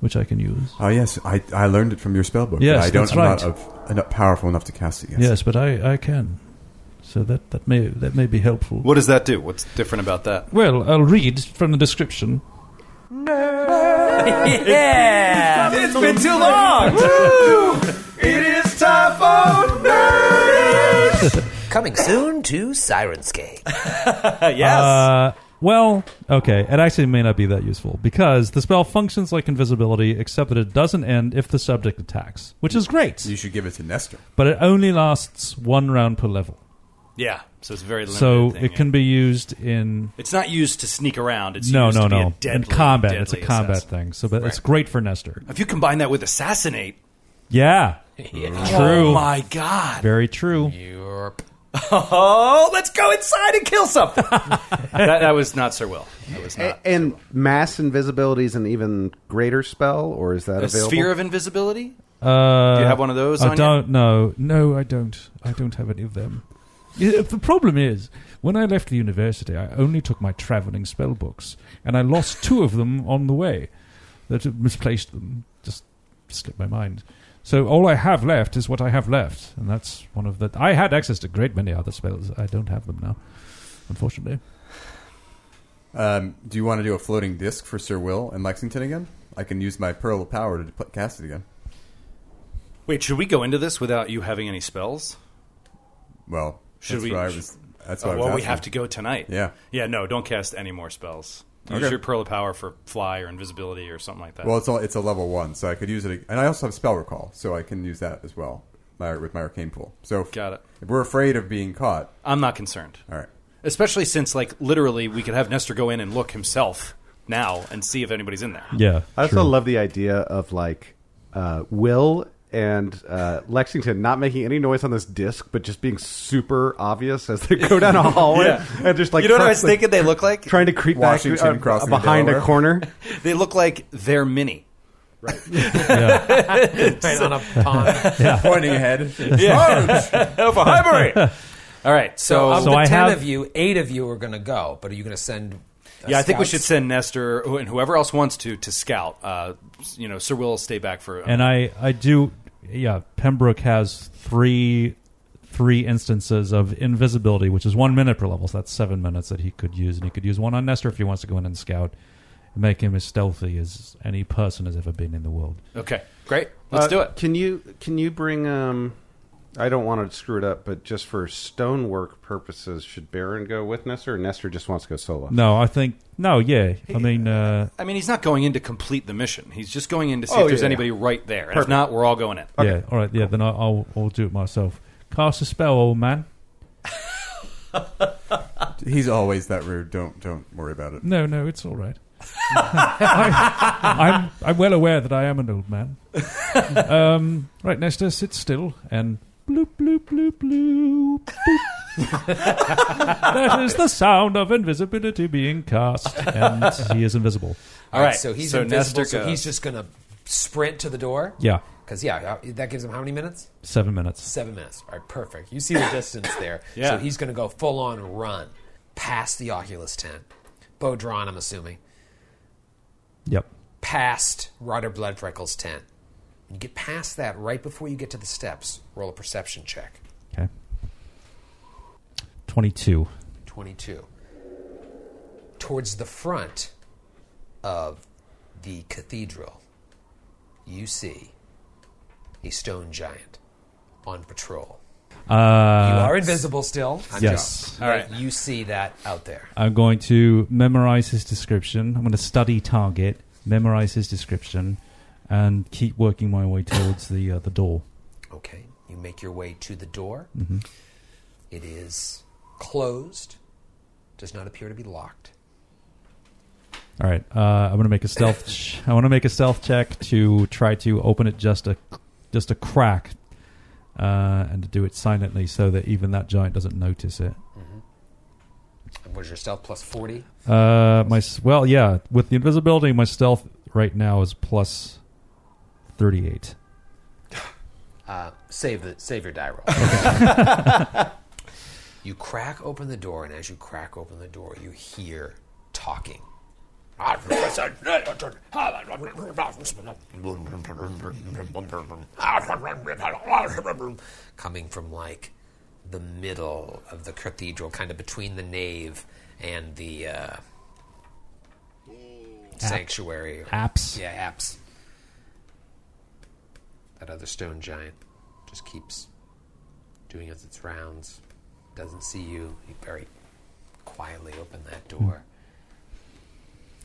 C: which I can use.
F: Oh yes, I, I learned it from your spell book. but
C: Yes,
F: I don't,
C: that's
F: I'm not
C: right.
F: of- I'm not powerful enough to cast it yet.
C: Yes, but I, I can. So that, that may that may be helpful.
I: What does that do? What's different about that?
C: Well, I'll read from the description.
K: yeah! It's been too long! It is time for
N: Coming soon to Sirenscape.
G: yes. Uh, well, okay. It actually may not be that useful because the spell functions like invisibility, except that it doesn't end if the subject attacks, which is great.
F: You should give it to Nestor.
G: But it only lasts one round per level.
I: Yeah, so it's very limited.
G: So
I: thing,
G: it can be used in
I: It's not used to sneak around. It's
G: no,
I: used
G: no,
I: to Be
G: no.
I: a deadly,
G: in combat, it's a
I: deadly
G: combat
I: assassin.
G: thing. So, but it's great for Nestor.
I: If you combine that with assassinate,
G: Yeah, true.
I: Oh my god!
G: Very true.
I: Oh, let's go inside and kill something. that, that was not Sir Will. That was not.
J: A- and mass invisibility is an even greater spell, or is that
I: a
J: available?
I: sphere of invisibility.
G: Uh,
I: Do you have one of those
G: I
I: on you?
G: don't know.
C: No, I don't. I don't have any of them. Yeah, The problem is, when I left the university, I only took my traveling spell books, and I lost two of them on the way. That had misplaced them just slipped my mind. So all I have left is what I have left, and that's one of the. I had access to a great many other spells. I don't have them now, unfortunately.
F: Um, do you want to do a floating disc for Sir Will and Lexington again? I can use my pearl of power to put- cast it again.
I: Wait, should we go into this without you having any spells?
F: Well,
I: Should
F: that's
I: we?
F: what I was- that's what I
I: Oh,
F: was
I: well, we
F: asking.
I: have to go tonight.
F: Yeah.
I: yeah. No, don't cast any more spells. Use
F: Okay.
I: your pearl of power for fly or invisibility or something like that.
F: Well, it's all, it's a level one, so I could use it, and I also have spell recall, so I can use that as well my, with my arcane pool. So if,
I: Got it.
F: If we're afraid of being caught,
I: I'm not concerned.
F: All right.
I: Especially since, like, literally, we could have Nestor go in and look himself now and see if anybody's in there.
G: Yeah,
J: I also
G: true.
J: love the idea of like uh, Will and uh, Lexington not making any noise on this disc, but just being super obvious as they go down a hallway
I: Yeah.
J: and just like
I: you know what I was
J: pressing-
I: thinking? They look like
J: trying to creep back uh, behind a corner.
I: they look like they're mini. Right.
J: Right on a pond. Yeah. Pointing ahead.
I: Yeah.
J: Sarge!
I: Over Highbury. All right.
D: So,
I: So,
D: of the ten of you, eight of you are going to go, but are you going to send? uh,
I: Yeah, I think we
D: scouts?
I: should send Nestor who- and whoever else wants to to scout. Uh, you know, Sir Will will stay back for.
G: and I, I do, yeah. Pembroke has three, three instances of invisibility, which is one minute per level. So that's seven minutes that he could use, and he could use one on Nestor if he wants to go in and scout, and make him as stealthy as any person has ever been in the world.
I: okay, great. Let's
J: Uh,
I: do it.
J: Can you can you bring um I don't want to screw it up, but just for stonework purposes, should Baron go with Nestor or Nestor just wants to go solo?
G: No, I think no. Yeah, I mean, uh,
I: I mean, he's not going in to complete the mission. He's just going in to see
J: Oh,
I: if there's
J: yeah.
I: anybody right there. And if
J: Perfect.
I: not, we're all going in.
E: uh,
G: yeah. All right, yeah. Then I, I'll, I'll do it myself. Cast a spell, old man.
F: he's always that rude. Don't don't worry about it.
C: No, no, it's all right. I, I'm, I'm well aware that I am an old man. Um, right, Nestor, sit still and bloop, bloop, bloop, bloop. boop. that is the sound of invisibility being cast, and he is invisible.
D: All right, so he's
I: so
D: invisible.
I: Nestor
D: So
I: goes.
D: he's just going to sprint to the door.
G: Yeah.
D: because yeah, uh, that gives him how many minutes?
G: Seven minutes.
D: Seven minutes. All right, perfect. You see the distance there.
G: Yeah.
D: So he's going to go full on run past the Oculus tent, bow drawn. I'm assuming.
G: Yep.
D: Past Ryder Bloodfreckle's tent. When you get past that, right before you get to the steps, roll a perception check.
G: Twenty-two.
D: 22 towards the front of the cathedral you see a stone giant on patrol
G: Uh,
D: you are invisible still I'm
G: yes.
D: All right. you see that out there
G: I'm going to memorize his description. I'm going to study target, memorize his description, and keep working my way towards the uh, the door.
D: Okay. You make your way to the door.
G: Mhm.
D: It is closed. Does not appear to be locked.
G: All right, uh, I'm gonna make a stealth. ch- I want to make a stealth check to try to open it just a just a crack, uh, and to do it silently so that even that giant doesn't notice it.
D: And what is your stealth plus 40?
G: Uh, my s- well, yeah, with the invisibility, my stealth right now is plus thirty-eight.
D: Uh, save the save your die roll. you crack open the door, and as you crack open the door, you hear talking. coming from like the middle of the cathedral, kind of between the nave and the uh, sanctuary.
G: apse.
D: Yeah, apse. That other stone giant just keeps doing its- its rounds. Doesn't see you. You very quietly open that door.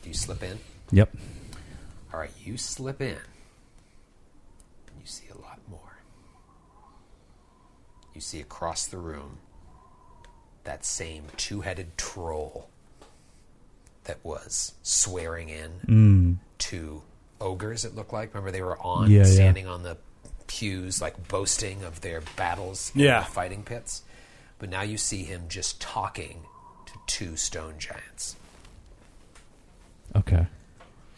D: Do you slip in?
G: Yep.
D: All right, you slip in. You see a lot more. You see across the room that same two headed troll that was swearing in to ogres, it looked like. Remember, they were on,
G: Mm. Yeah, yeah.
D: standing on the pews, like boasting of their battles in
I: Yeah.
D: the fighting pits. But now you see him just talking to two stone giants.
G: Okay.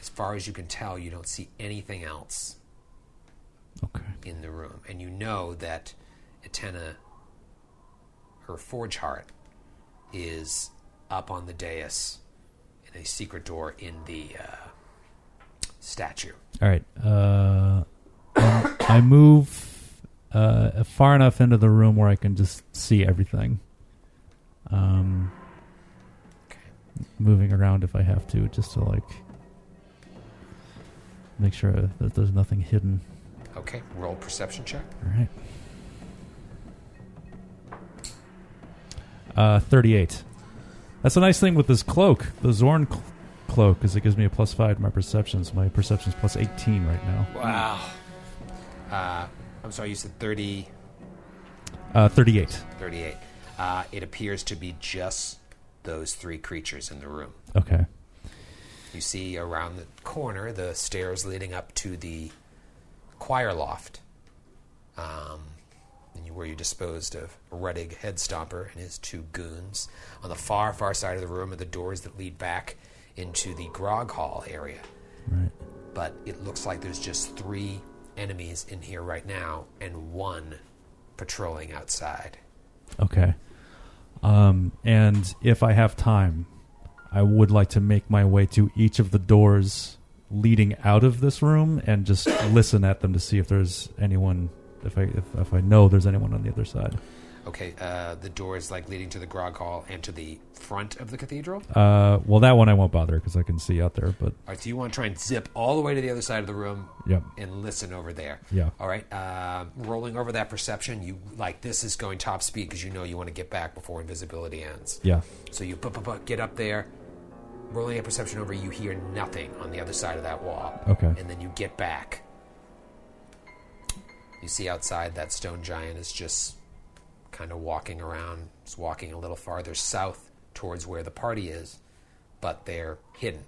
D: As far as you can tell, you don't see anything else in the room. And you know that Etena, her forge heart, is up on the dais in a secret door in the uh, statue.
G: All right. Uh, um, I move uh, far enough into the room where I can just see everything. Um, moving around if I have to, just to like make sure that there's nothing hidden.
D: Okay, roll perception check.
G: All right. Uh, 38. That's a nice thing with this cloak, the Zorn cl- cloak, because it gives me a plus five to my perceptions. My perception's plus 18 right now.
D: Wow. Uh, I'm sorry, you said 30,
G: Uh, 38.
D: 38. Uh, it appears to be just those three creatures in the room.
G: Okay.
D: You see around the corner the stairs leading up to the choir loft, um, and you, where you disposed of Ruddig Headstomper and his two goons. On the far, far side of the room are the doors that lead back into the grog hall area.
G: Right.
D: But it looks like there's just three enemies in here right now, and one patrolling outside.
G: Okay. Um, and if I have time, I would like to make my way to each of the doors leading out of this room and just listen at them to see if there's anyone. If I if, if I know there's anyone on the other side.
D: Okay, uh, the doors like leading to the grog hall and to the front of the cathedral.
G: Uh, well, that one I won't bother because I can see out there. But
D: All right, so you want to try and zip all the way to the other side of the room
G: Yep.
D: and listen over there.
G: Yeah.
D: All right. Um rolling over that perception, you like this is going top speed because you know you want to get back before invisibility ends.
G: Yeah.
D: So you bu- bu- bu- get up there, rolling a perception over, you hear nothing on the other side of that wall.
G: Okay.
D: And then you get back. You see outside that stone giant is just kind of walking around. It's walking a little farther south towards where the party is, but they're hidden.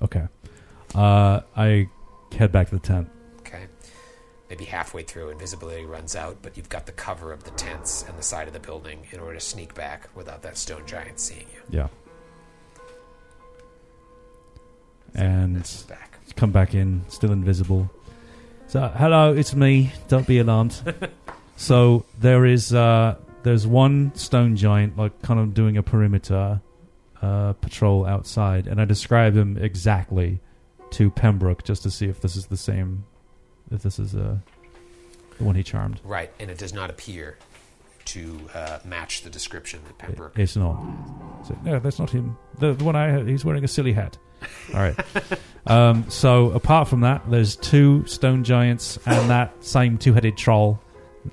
G: okay, uh, I head back to the tent.
D: Okay. Maybe halfway through, invisibility runs out, but you've got the cover of the tents and the side of the building in order to sneak back without that stone giant seeing you.
G: Yeah. And come back in, still invisible. So, hello, it's me. Don't be alarmed. so there is uh, there's one stone giant, like kind of doing a perimeter uh, patrol outside, and I describe him exactly to Pembroke just to see if this is the same, if this is uh, the one he charmed.
D: Right, and it does not appear to uh, match the description that Pembroke.
G: It's not. So, no, that's not him. The, the one I he's wearing a silly hat. All right. um, so apart from that, there's two stone giants and that same two-headed troll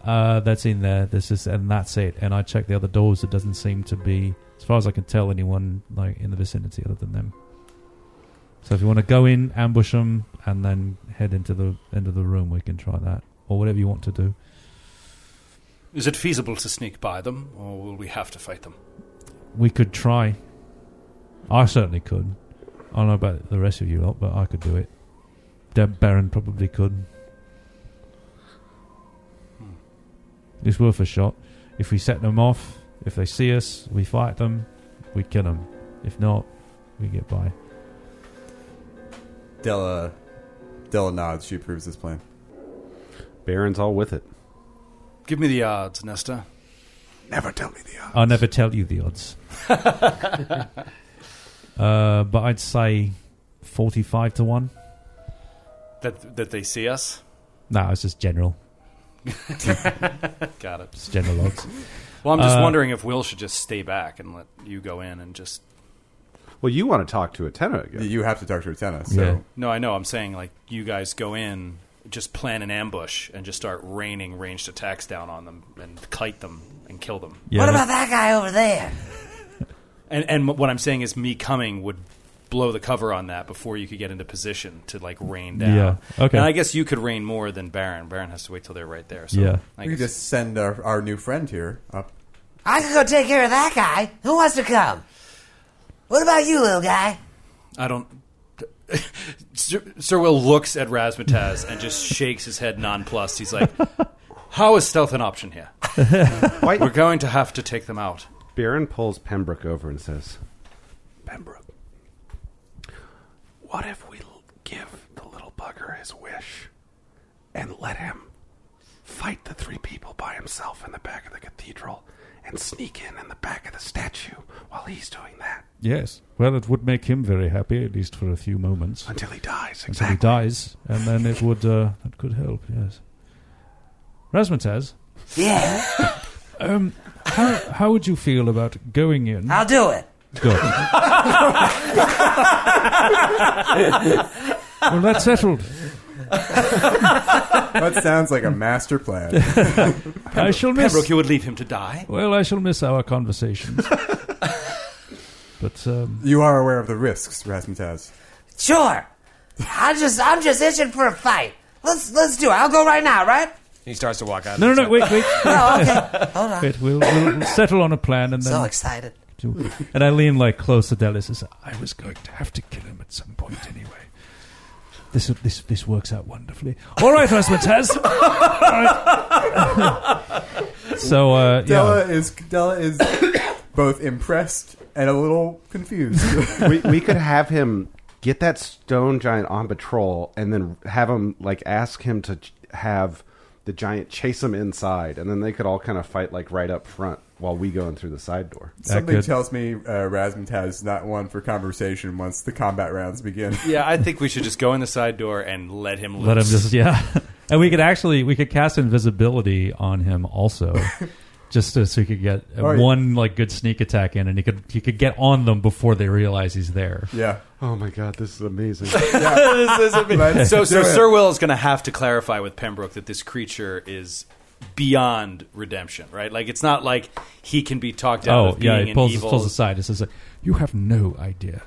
G: uh, that's in there. This is and that's it. And I check the other doors. It doesn't seem to be, as far as I can tell, anyone like in the vicinity other than them. So if you want to go in, ambush them, and then head into the end of the room, we can try that or whatever you want to do.
I: Is it feasible to sneak by them, or will we have to fight them?
G: We could try. I certainly could. I don't know about the rest of you lot, but I could do it. Deb Baron probably could. It's worth a shot. If we set them off, if they see us, we fight them, we kill them. If not, we get by.
F: Della, Della nods. She approves this plan.
J: Baron's all with it.
I: Give me the odds, Nesta.
J: Never tell me the
G: I'll never tell you the odds. uh, but I'd say 45 to 1.
I: That that they see us.
G: No, it's just general.
I: Got it.
G: It's general odds.
I: Well, I'm just
J: Uh,
I: wondering if Will should just stay back and let you go in and just.
J: Well, you want to talk to Atena again.
F: You have to talk to Atena.
J: so- Yeah.
I: No, I know. I'm saying like you guys go in, just plan an ambush, and just start raining ranged attacks down on them and kite them and kill them.
K: what about that guy over there?
I: And and what I'm saying is, me coming would blow the cover on that before you could get into position to like rain down.
G: Yeah, okay.
I: And I guess you could rain more than Baron. Baron has to wait till they're right there. So
G: Yeah.
I: I
F: we could
I: guess-
F: just send our, our new friend here up.
K: I could go take care of that guy. Who wants to come? What about you, little guy?
I: I don't. Sir, Sir Will looks at Razmataz and just shakes his head nonplussed. He's like, "How is stealth an option here? We're going to have to take them out."
J: Baron pulls Pembroke over and says,
H: What if we l- give the little bugger his wish and let him fight the three people by himself in the back of the cathedral and sneak in in the back of the statue while he's doing that?
C: Yes. Well, it would make him very happy, at least for a few moments.
H: Until he dies,
C: Until he dies, and then it would uh, that could help. Yes. Rasmataz.
K: Yeah.
C: um, how how would you feel about going in?
K: I'll do it.
C: Good. well, that's settled.
F: that sounds like a master plan.
C: I shall miss.
I: Pembroke, you would leave him to die.
C: Well, I shall miss our conversations. but um,
F: you are aware of the risks, Rasmataz.
K: Sure. I just I'm just itching for a fight. Let's let's do it. I'll go right now, right?
B: He starts to walk out.
C: no, no, no, wait, wait.
K: Oh, okay. Hold on.
C: Wait, we'll, we'll settle on a plan and then.
K: So excited.
C: Do- And I lean like close to Dallas and say, I was going to have to kill him at some point anyway. This this this works out wonderfully. All right, Rasmataz. So uh, yeah,
F: Della is Della is both impressed and a little confused.
J: we, we could have him get that stone giant on patrol and then have him like ask him to ch- have the giant chase him inside and then they could all kind of fight like right up front while we go in through the side door
F: Something tells me uh, Rasmataz is not one for conversation once the combat rounds begin.
I: Yeah, I think we should just go in the side door and let him loose.
G: let him just yeah. And we could actually we could cast invisibility on him also, just so, so he could get uh,
F: Oh, yeah.
G: one like good sneak attack in, and he could he could get on them before they realize he's there.
F: Yeah.
J: oh my god this is amazing
I: This is amazing.
F: Let's
I: so, so
F: do it.
I: Sir Will is going to have to clarify with Pembroke that this creature is beyond redemption, right? Like it's not like he can be talked out
G: Oh
I: of
G: yeah,
I: being
G: he pulls
I: an evil.
G: pulls aside and says, like, "You have no idea."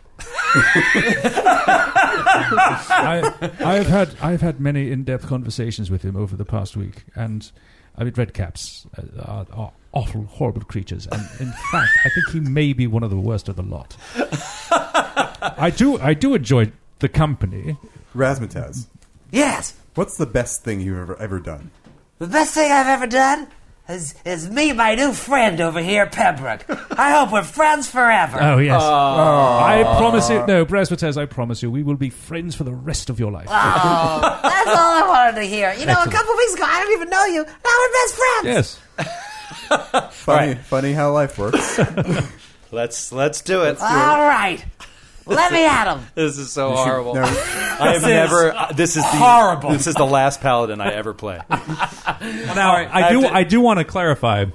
G: I, I've had I've had many in-depth conversations with him over the past week, and I mean, red caps uh, are, are awful, horrible creatures, and in fact, I think he may be one of the worst of the lot. I do I do enjoy the company.
F: Rasmataz,
K: Yes.
F: what's the best thing you've ever ever done?
K: The best thing I've ever done is is meet my new friend over here, Pembroke. I hope we're friends forever.
G: Oh yes, I promise you. No, Brasmates, I promise you, we will be friends for the rest of your life.
K: Oh, that's all I wanted to hear. You know,
G: Excellent.
K: a couple weeks ago, I don't even know you. Now we're best friends.
G: yes.
F: Funny, funny how life works.
I: Let's let's do it.
K: All right. Let me at him.
I: This is so
F: should-
I: horrible.
F: no.
I: I have
K: This is
I: never. This is the,
K: horrible.
I: This is the last paladin I ever play.
G: Now, I
I: I
G: do
I: have to-
G: I do want to clarify,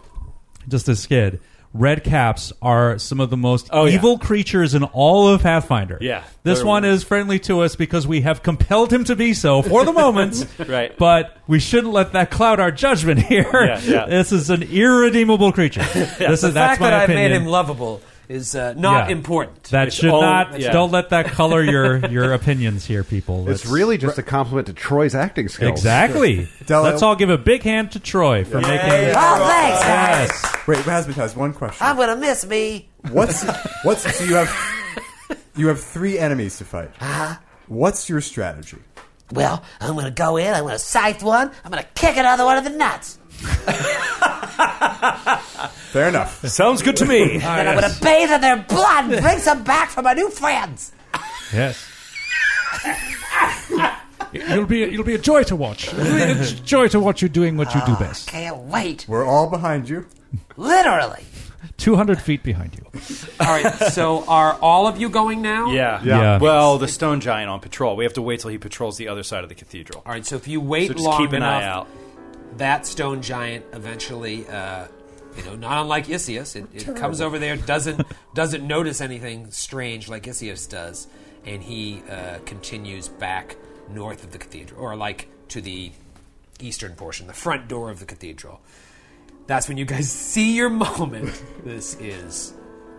G: just as skid, red caps are some of the most
I: Oh, yeah.
G: evil creatures in all of Pathfinder.
I: Yeah,
G: this
I: they're-
G: one is friendly to us because we have compelled him to be so for the moment.
I: Right.
G: but we shouldn't let that cloud our judgment here.
I: Yeah, yeah.
G: This is an irredeemable creature. this is
D: the
G: that's
D: fact
G: my
D: that I
G: opinion.
D: made him lovable
O: is uh, not
G: Yeah.
O: important.
G: That
O: It's
G: should
O: all-
G: not.
O: yeah.
G: Don't let that color your your opinions here, people.
J: It's
G: That's-
J: really just a compliment to Troy's acting skills.
G: exactly. Let's all give a big hand to Troy for making. it.
K: Oh, thanks, guys.
F: Yes. Wait, Rasmus has one question.
K: I'm gonna miss me.
F: What's what's so you have you have three enemies to fight.
K: Uh-huh.
F: What's your strategy?
K: Well, I'm gonna go in. I'm gonna scythe one. I'm gonna kick another one in the nuts.
F: Fair enough.
I: Sounds good to me.
K: And then I'm gonna bathe in their blood and bring some back for my new friends.
C: Yes. you'll be you'll be a joy to watch. You'll be a joy to watch you doing what you do best.
K: Can't wait.
F: We're all behind you.
K: Literally.
C: Two hundred feet behind you.
D: All right, so are all of you going now?
I: Yeah.
C: Yeah. Yeah.
I: Well, the stone giant on patrol. We have to wait till he patrols the other side of the cathedral.
D: All right, so if you wait
I: So just
D: long
I: keep an
D: enough,
I: eye out.
D: that stone giant eventually, uh, you know, not unlike Isius, it, it
O: Terrible.
D: comes over there, doesn't doesn't notice anything strange like Isius does, and he uh, continues back north of the cathedral, or like to the eastern portion, the front door of the cathedral. That's when you guys see your moment. this is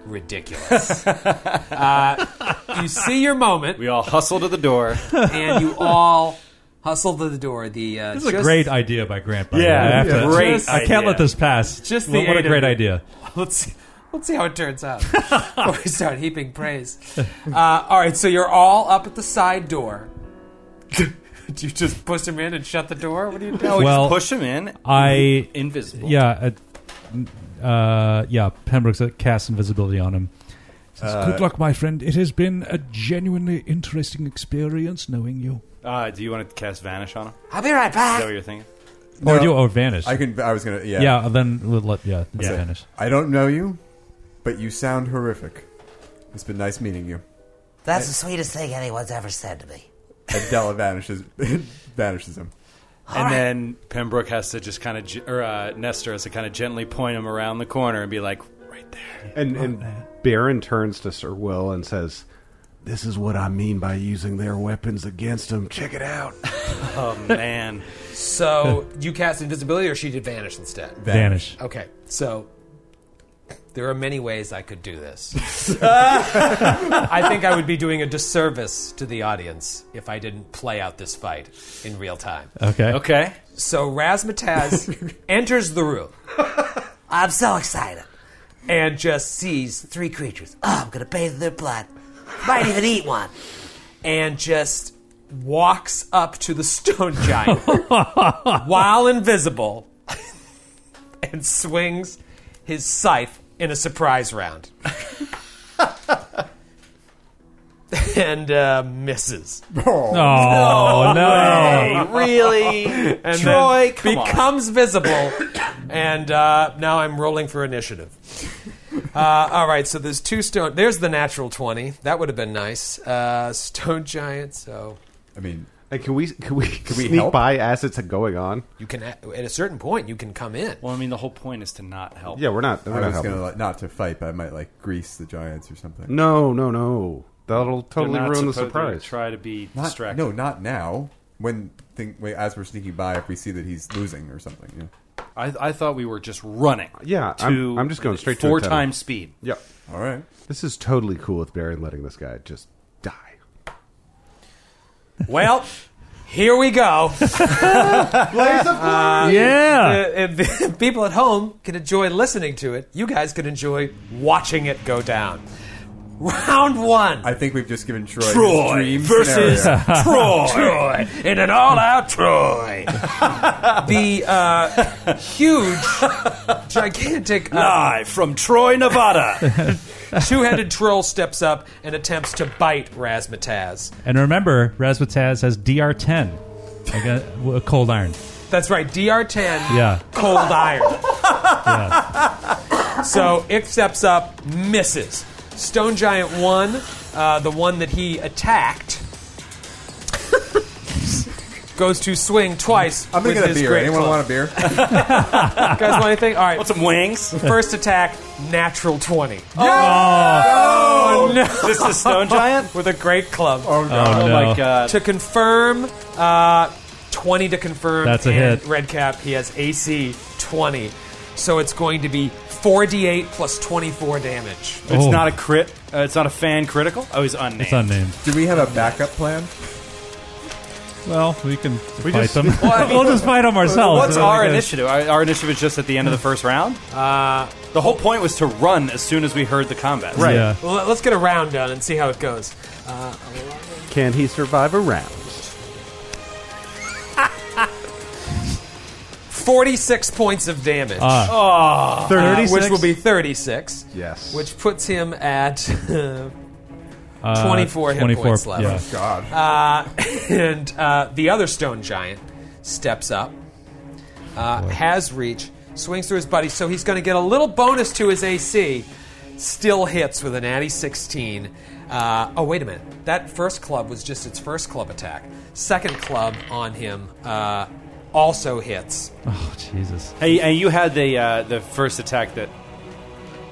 D: ridiculous. uh, you see your moment.
I: We all hustle to the door.
D: and you all hustle to the door. The uh,
G: This is a
D: just-
G: great idea by Grant. By the
I: Yeah,
G: way. I have to-
I: great
G: I can't
I: idea.
G: let this pass.
D: Just the
G: what, what a
D: aid of
G: great
D: it.
G: idea.
D: Let's see, let's see how it turns out before we start heaping praise. Uh, all right, so you're all up at the side door. Do you just push him in and shut the door? What do you do?
I: No, we
G: Well,
I: just push him in.
G: I
I: invisible.
G: Yeah, uh, uh, yeah. Pembroke's uh, cast invisibility on him.
C: Says, Good luck, my friend. It has been a genuinely interesting experience knowing you.
I: Uh, do you want to cast vanish on him?
K: I'll be right
I: Is that
K: back.
I: what you're thinking?
G: Or
F: No,
G: do or vanish.
F: I can. I was gonna. Yeah.
G: yeah. Then we'll let yeah,
F: That's it.
G: vanish.
F: I don't know you, but you sound horrific. It's been nice meeting you.
K: That's the sweetest thing anyone's ever said to me.
F: And Della vanishes. vanishes him.
I: and then Pembroke has to just kind of, ge- or uh, Nestor has to kind of gently point him around the corner and be like, right there.
J: And, and Baron turns to Sir Will and says, This is what I mean by using their weapons against them. Check it out.
I: Oh, man.
D: So you cast invisibility, or she did vanish instead.
G: Vanish.
D: Okay, so there are many ways I could do this. I think I would be doing a disservice to the audience if I didn't play out this fight in real time.
G: Okay.
I: Okay.
D: So Razmataz enters the room
K: I'm so excited.
D: and just sees
K: Three creatures. Oh, I'm gonna bathe in their blood. Might even eat one.
D: and just walks up to the stone giant while invisible and swings his scythe in a surprise round. and uh, misses.
G: Oh no!
D: really? And
I: Troy,
D: then
I: come on.
D: becomes visible, and uh, now I'm rolling for initiative. Uh, all right, so there's two stone. There's the natural twenty. That would have been nice. Uh, stone giant. So
F: I mean,
J: And can we can we, can
F: we
J: sneak
F: help?
J: by as it's going on?
D: you can at a certain point you can come in.
I: Well, I mean, the whole point is to not help.
J: Yeah, we're not. We're
F: I
J: not
F: was
J: helping.
F: gonna like, not to fight, but I might like grease the giants or something.
J: No, no, no. That'll
I: They're
J: totally
I: not
J: ruin the
I: supposed-
J: surprise.
I: they Try to be
F: Not,
I: distracted.
F: No, not now. When think wait, as we're sneaking by, if we see that he's losing or something. You know.
I: I, I thought we were just running.
J: Yeah,
I: to
J: I'm- I'm just going straight to
I: four
J: the tunnel.
I: times speed.
J: Yep.
F: All right.
J: This is totally cool with Baron letting this guy just die.
D: Well, here we go. Uh,
G: Yeah.
D: And the people at home can enjoy listening to it. You guys can enjoy watching it go down. Round one.
F: I think we've just given Troy, his
D: Troy
F: dream
D: versus
F: scenario.
D: Troy. Troy in an all-out Troy. the uh, huge, gigantic, uh,
I: from Troy, Nevada.
D: two-headed troll steps up and attempts to bite Razmataz.
G: And remember, Razmataz has DR10, like a, a cold iron.
D: That's right, DR10.
G: Yeah.
D: Cold iron. So it steps up, misses. Stone Giant one, uh, the one that he attacked, goes to swing twice
F: I'm gonna
D: with
F: get a
D: his
F: beer.
D: great
F: Anyone
D: club.
F: want a beer?
D: You guys want anything? All right.
I: Some wings.
D: First attack, natural 20. Oh, no.
I: This is Stone Giant.
D: With a great club.
F: Oh, God.
I: Oh, my
P: uh,
I: god.
D: To confirm, uh, 20 to confirm.
G: That's a
D: and
G: hit.
D: Red Cap, he has AC 20. so it's going to be 4d8 plus 24 damage.
P: It's not a crit. Uh, it's not a fan critical. Oh, he's
Q: Oh.
P: unnamed.
Q: It's unnamed.
F: Do we have a backup plan?
Q: Well, we can
P: We
Q: fight
P: just-
Q: them.
P: Well, I mean-
Q: we'll just fight them ourselves.
P: What's
Q: It
P: our
Q: really goes-
P: initiative? Our, our initiative is just at the end of
Q: Hmm.
P: the first round.
D: Uh,
P: the whole point was to run as soon as we heard the combat.
D: Yeah. Well, let- let's get a round done and see how it goes. Uh,
J: Can he survive a round?
D: 46 points of damage.
P: Ah.
D: Uh,
P: 36?
D: which will be 36.
J: Yes.
D: Which puts him at uh,
Q: Uh,
D: 24 hit
Q: 24,
D: points left.
Q: yeah.
D: God. Uh, and uh, the other stone giant steps up, uh, has reach, swings through his buddy, so he's going to get a little bonus to his AC. Still hits with an Addy 16. Uh, oh, wait a minute. That first club was just its first club attack. Second club on him uh, also hits.
Q: Oh Jesus!
P: Hey, and you had the uh, the first attack that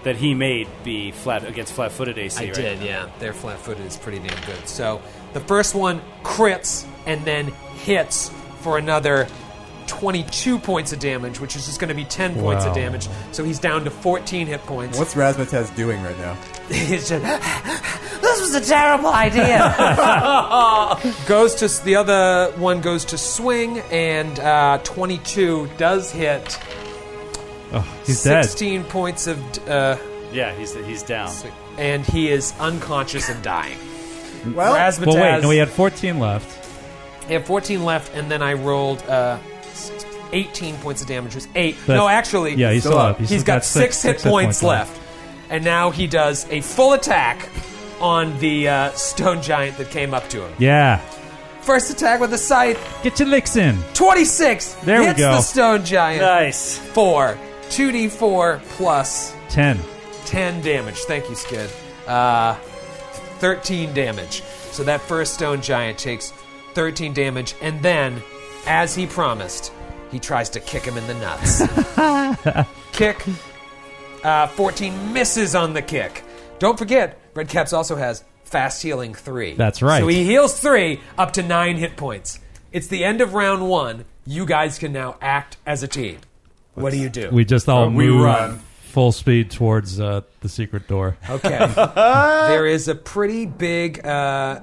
P: that he made be flat against flat-footed AC.
D: I
P: right?
D: did, yeah. Their flat footed is pretty damn good. So the first one crits and then hits for another 22 points of damage, which is just going to be 10 points of
F: Wow.
D: damage. So he's down to 14 hit points.
F: What's Razmataz doing right now?
D: He's just-
K: This was a terrible idea.
D: goes to the other one goes to swing and uh, 22 does hit.
Q: Oh, he's dead.
D: 16 points of. d- Uh,
P: yeah, he's he's down.
D: And he is unconscious and dying.
Q: Well,
D: Razzmatazz-
Q: but wait, no, we had 14 left.
D: I have 14 left, and then I rolled uh, 18 points of damage. Which is eight.
Q: That's-
D: no, actually,
Q: yeah, he's still up. He's
D: he's
Q: still
D: got
Q: got six-
D: six, hit
Q: six hit
D: points,
Q: points
D: left. and now he does a full attack on the uh, stone giant that came up to him.
Q: Yeah,
D: First attack with the scythe,
Q: get your licks in.
D: 26.
Q: There we
D: hits
Q: go.
D: the stone giant.
P: Nice.
D: Four, 2d4 plus
Q: 10.
D: 10 damage. Thank you, Skid. Uh, 13 damage. So that first stone giant takes 13 damage, and then, as he promised, he tries to kick him in the nuts. kick. Uh, 14 misses on the kick. Don't forget, Red Caps also has fast healing 3.
Q: That's right.
D: So he heals 3 up to 9 hit points. It's the end of round 1. You guys can now act as a team. What do you do?
Q: We just all
D: Uh,
Q: move full speed towards uh, the secret door.
D: Okay. there is a pretty big uh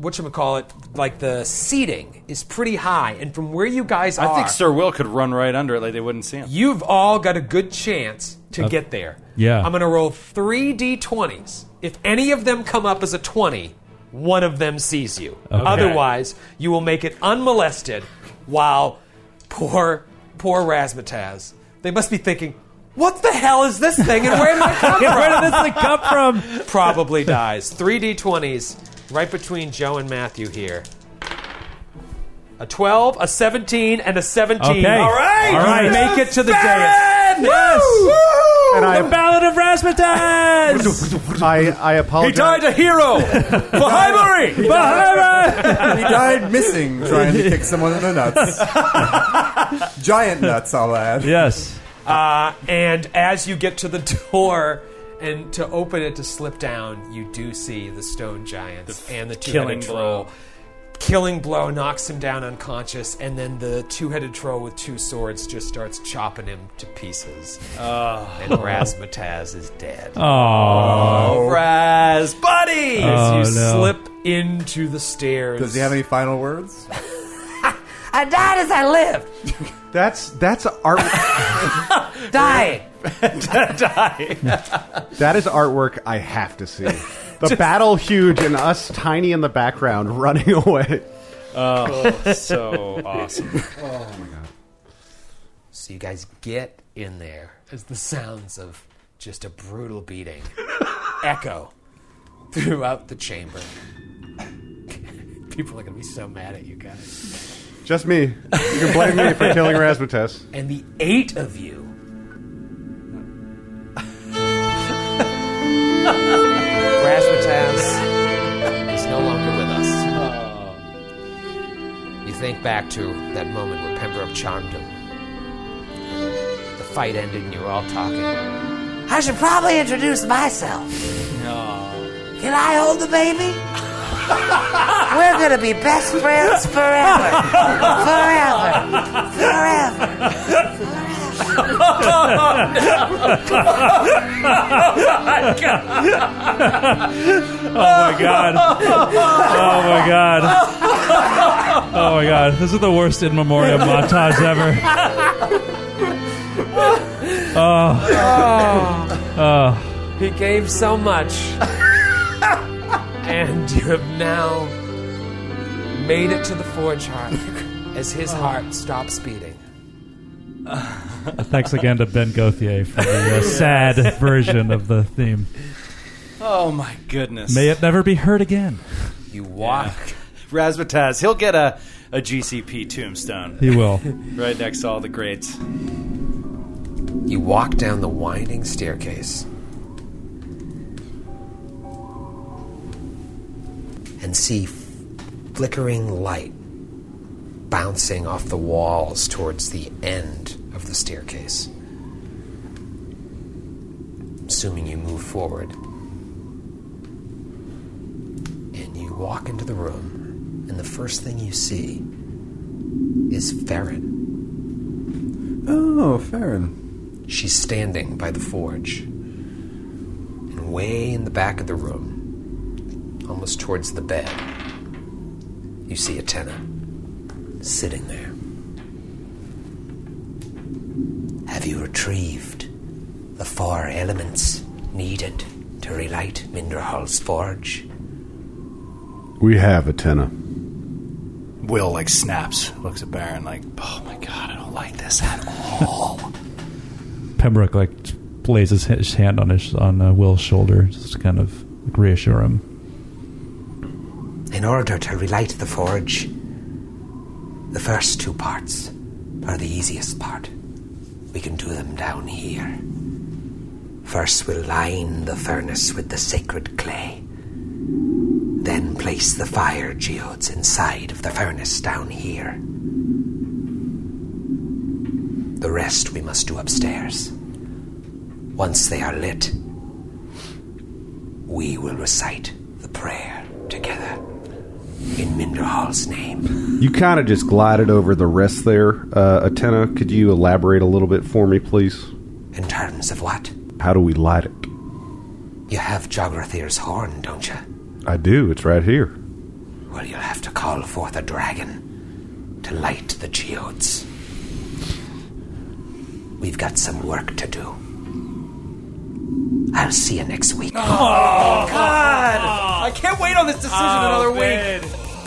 D: whatchamacallit, like the seating is pretty high, and from where you guys are
P: I think Sir Will could run right under it like they wouldn't see him.
D: you've all got a good chance to
P: Uh,
D: get there.
P: yeah.
D: I'm gonna roll three D twenties. If any of them come up as a twenty, one of them sees you.
Q: Okay.
D: Otherwise, you will make it unmolested while poor poor Razmataz. They must be thinking, what the hell is this thing and where did it come
Q: Yeah,
D: from?
Q: where did this thing come from?
D: Probably dies. 3d20s right between Joe and Matthew here. A 12, a 17, and a 17.
Q: Okay. All right.
D: You
Q: All right.
D: Make it to the dais.
Q: Yes.
F: oh,
J: And I-
Q: the Ballad of Rasputin.
J: I, I apologize.
D: a hero! For Highbury!
Q: For Highbury!
F: he died missing trying to kick someone in the nuts. Giant nuts, I'll add.
Q: Yes.
D: Uh, and as you get to the door and to open it to slip down, you do see the stone giants and the two-headed
P: killing
D: troll. Killing blow knocks him down unconscious, and then the two-headed troll with two swords just starts chopping him to pieces. and Razmataz is dead.
Q: Oh.
D: Raz, buddy! as you
Q: Oh, no.
D: slip into the stairs.
F: Does he have any final words?
K: I died as I lived.
J: That's that's art.
K: Die.
J: that is artwork I have to see. The battle huge and us tiny in the background running away.
P: Oh, so awesome.
J: Oh my god.
D: So you guys get in there as the sounds of just a brutal beating echo throughout the chamber. People are going to be so mad at you guys.
J: Just me. You can blame me for killing Rasputus.
D: And the eight of you. Rasmataz is no longer with us. You think back to that moment where Pembroke charmed him. The fight ended and you were all talking.
K: I should probably introduce myself. Can I hold the baby? We're gonna be best friends forever. Forever. Forever. Forever.
G: Oh my god. Oh my god. Oh my god. This is the worst in memoriam montage ever. Oh.
R: Oh. He gave so much. and you have now made it to the forge heart as his heart stops beating.
G: Thanks again to Ben Gauthier for the uh, sad version of the theme.
I: Oh my goodness.
G: May it never be heard again.
I: You walk. Razmataz, he'll get a, a GCP tombstone.
G: He will.
I: right next to all the greats.
K: You walk down the winding staircase and see flickering light bouncing off the walls towards the end of the staircase. Assuming you move forward, and you walk into the room, and the first thing you see is Farron.
E: Oh, Farron.
K: She's standing by the forge. And way in the back of the room, almost towards the bed, you see a tenant sitting there.
D: Have you retrieved the four elements needed to relight Minderhall's forge?
J: We have Atena.
I: Will, like, snaps, looks at Baron, like, oh my god, I don't like this at all.
G: Pembroke like lays his, his hand on his on uh, Will's shoulder, just to kind of like, reassure him.
D: In order to relight the forge, the first two parts are the easiest part. We can do them down here. First, we'll line the furnace with the sacred clay. Then place the fire geodes inside of the furnace down here. The rest we must do upstairs. Once they are lit, we will recite the prayer together in Minderhall's name.
J: You kind of just glided over the rest there, uh, Atena. Could you elaborate a little bit for me, please?
D: In terms of what?
J: How do we light it?
D: You have Jograthir's horn, don't you?
J: I do. It's right here.
D: Well, you'll have to call forth a dragon to light the geodes. We've got some work to do. I'll see you next week.
K: Oh, God! I can't wait on this decision another week.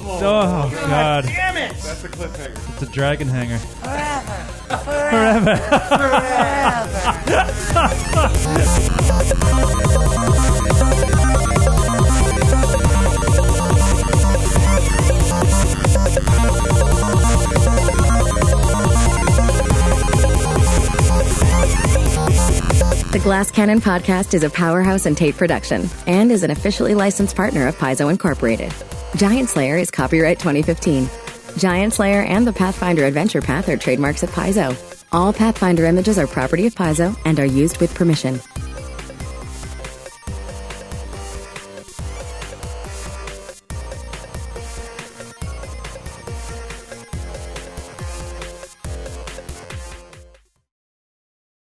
G: Oh, God.
K: Damn it!
E: That's a cliffhanger.
G: It's a dragon hanger.
D: Forever.
S: The Glass Cannon podcast is a powerhouse and tape production and is an officially licensed partner of Paizo Incorporated. Giant Slayer is copyright 2015. Giant Slayer and the Pathfinder Adventure Path are trademarks of Paizo. All Pathfinder images are property of Paizo and are used with permission.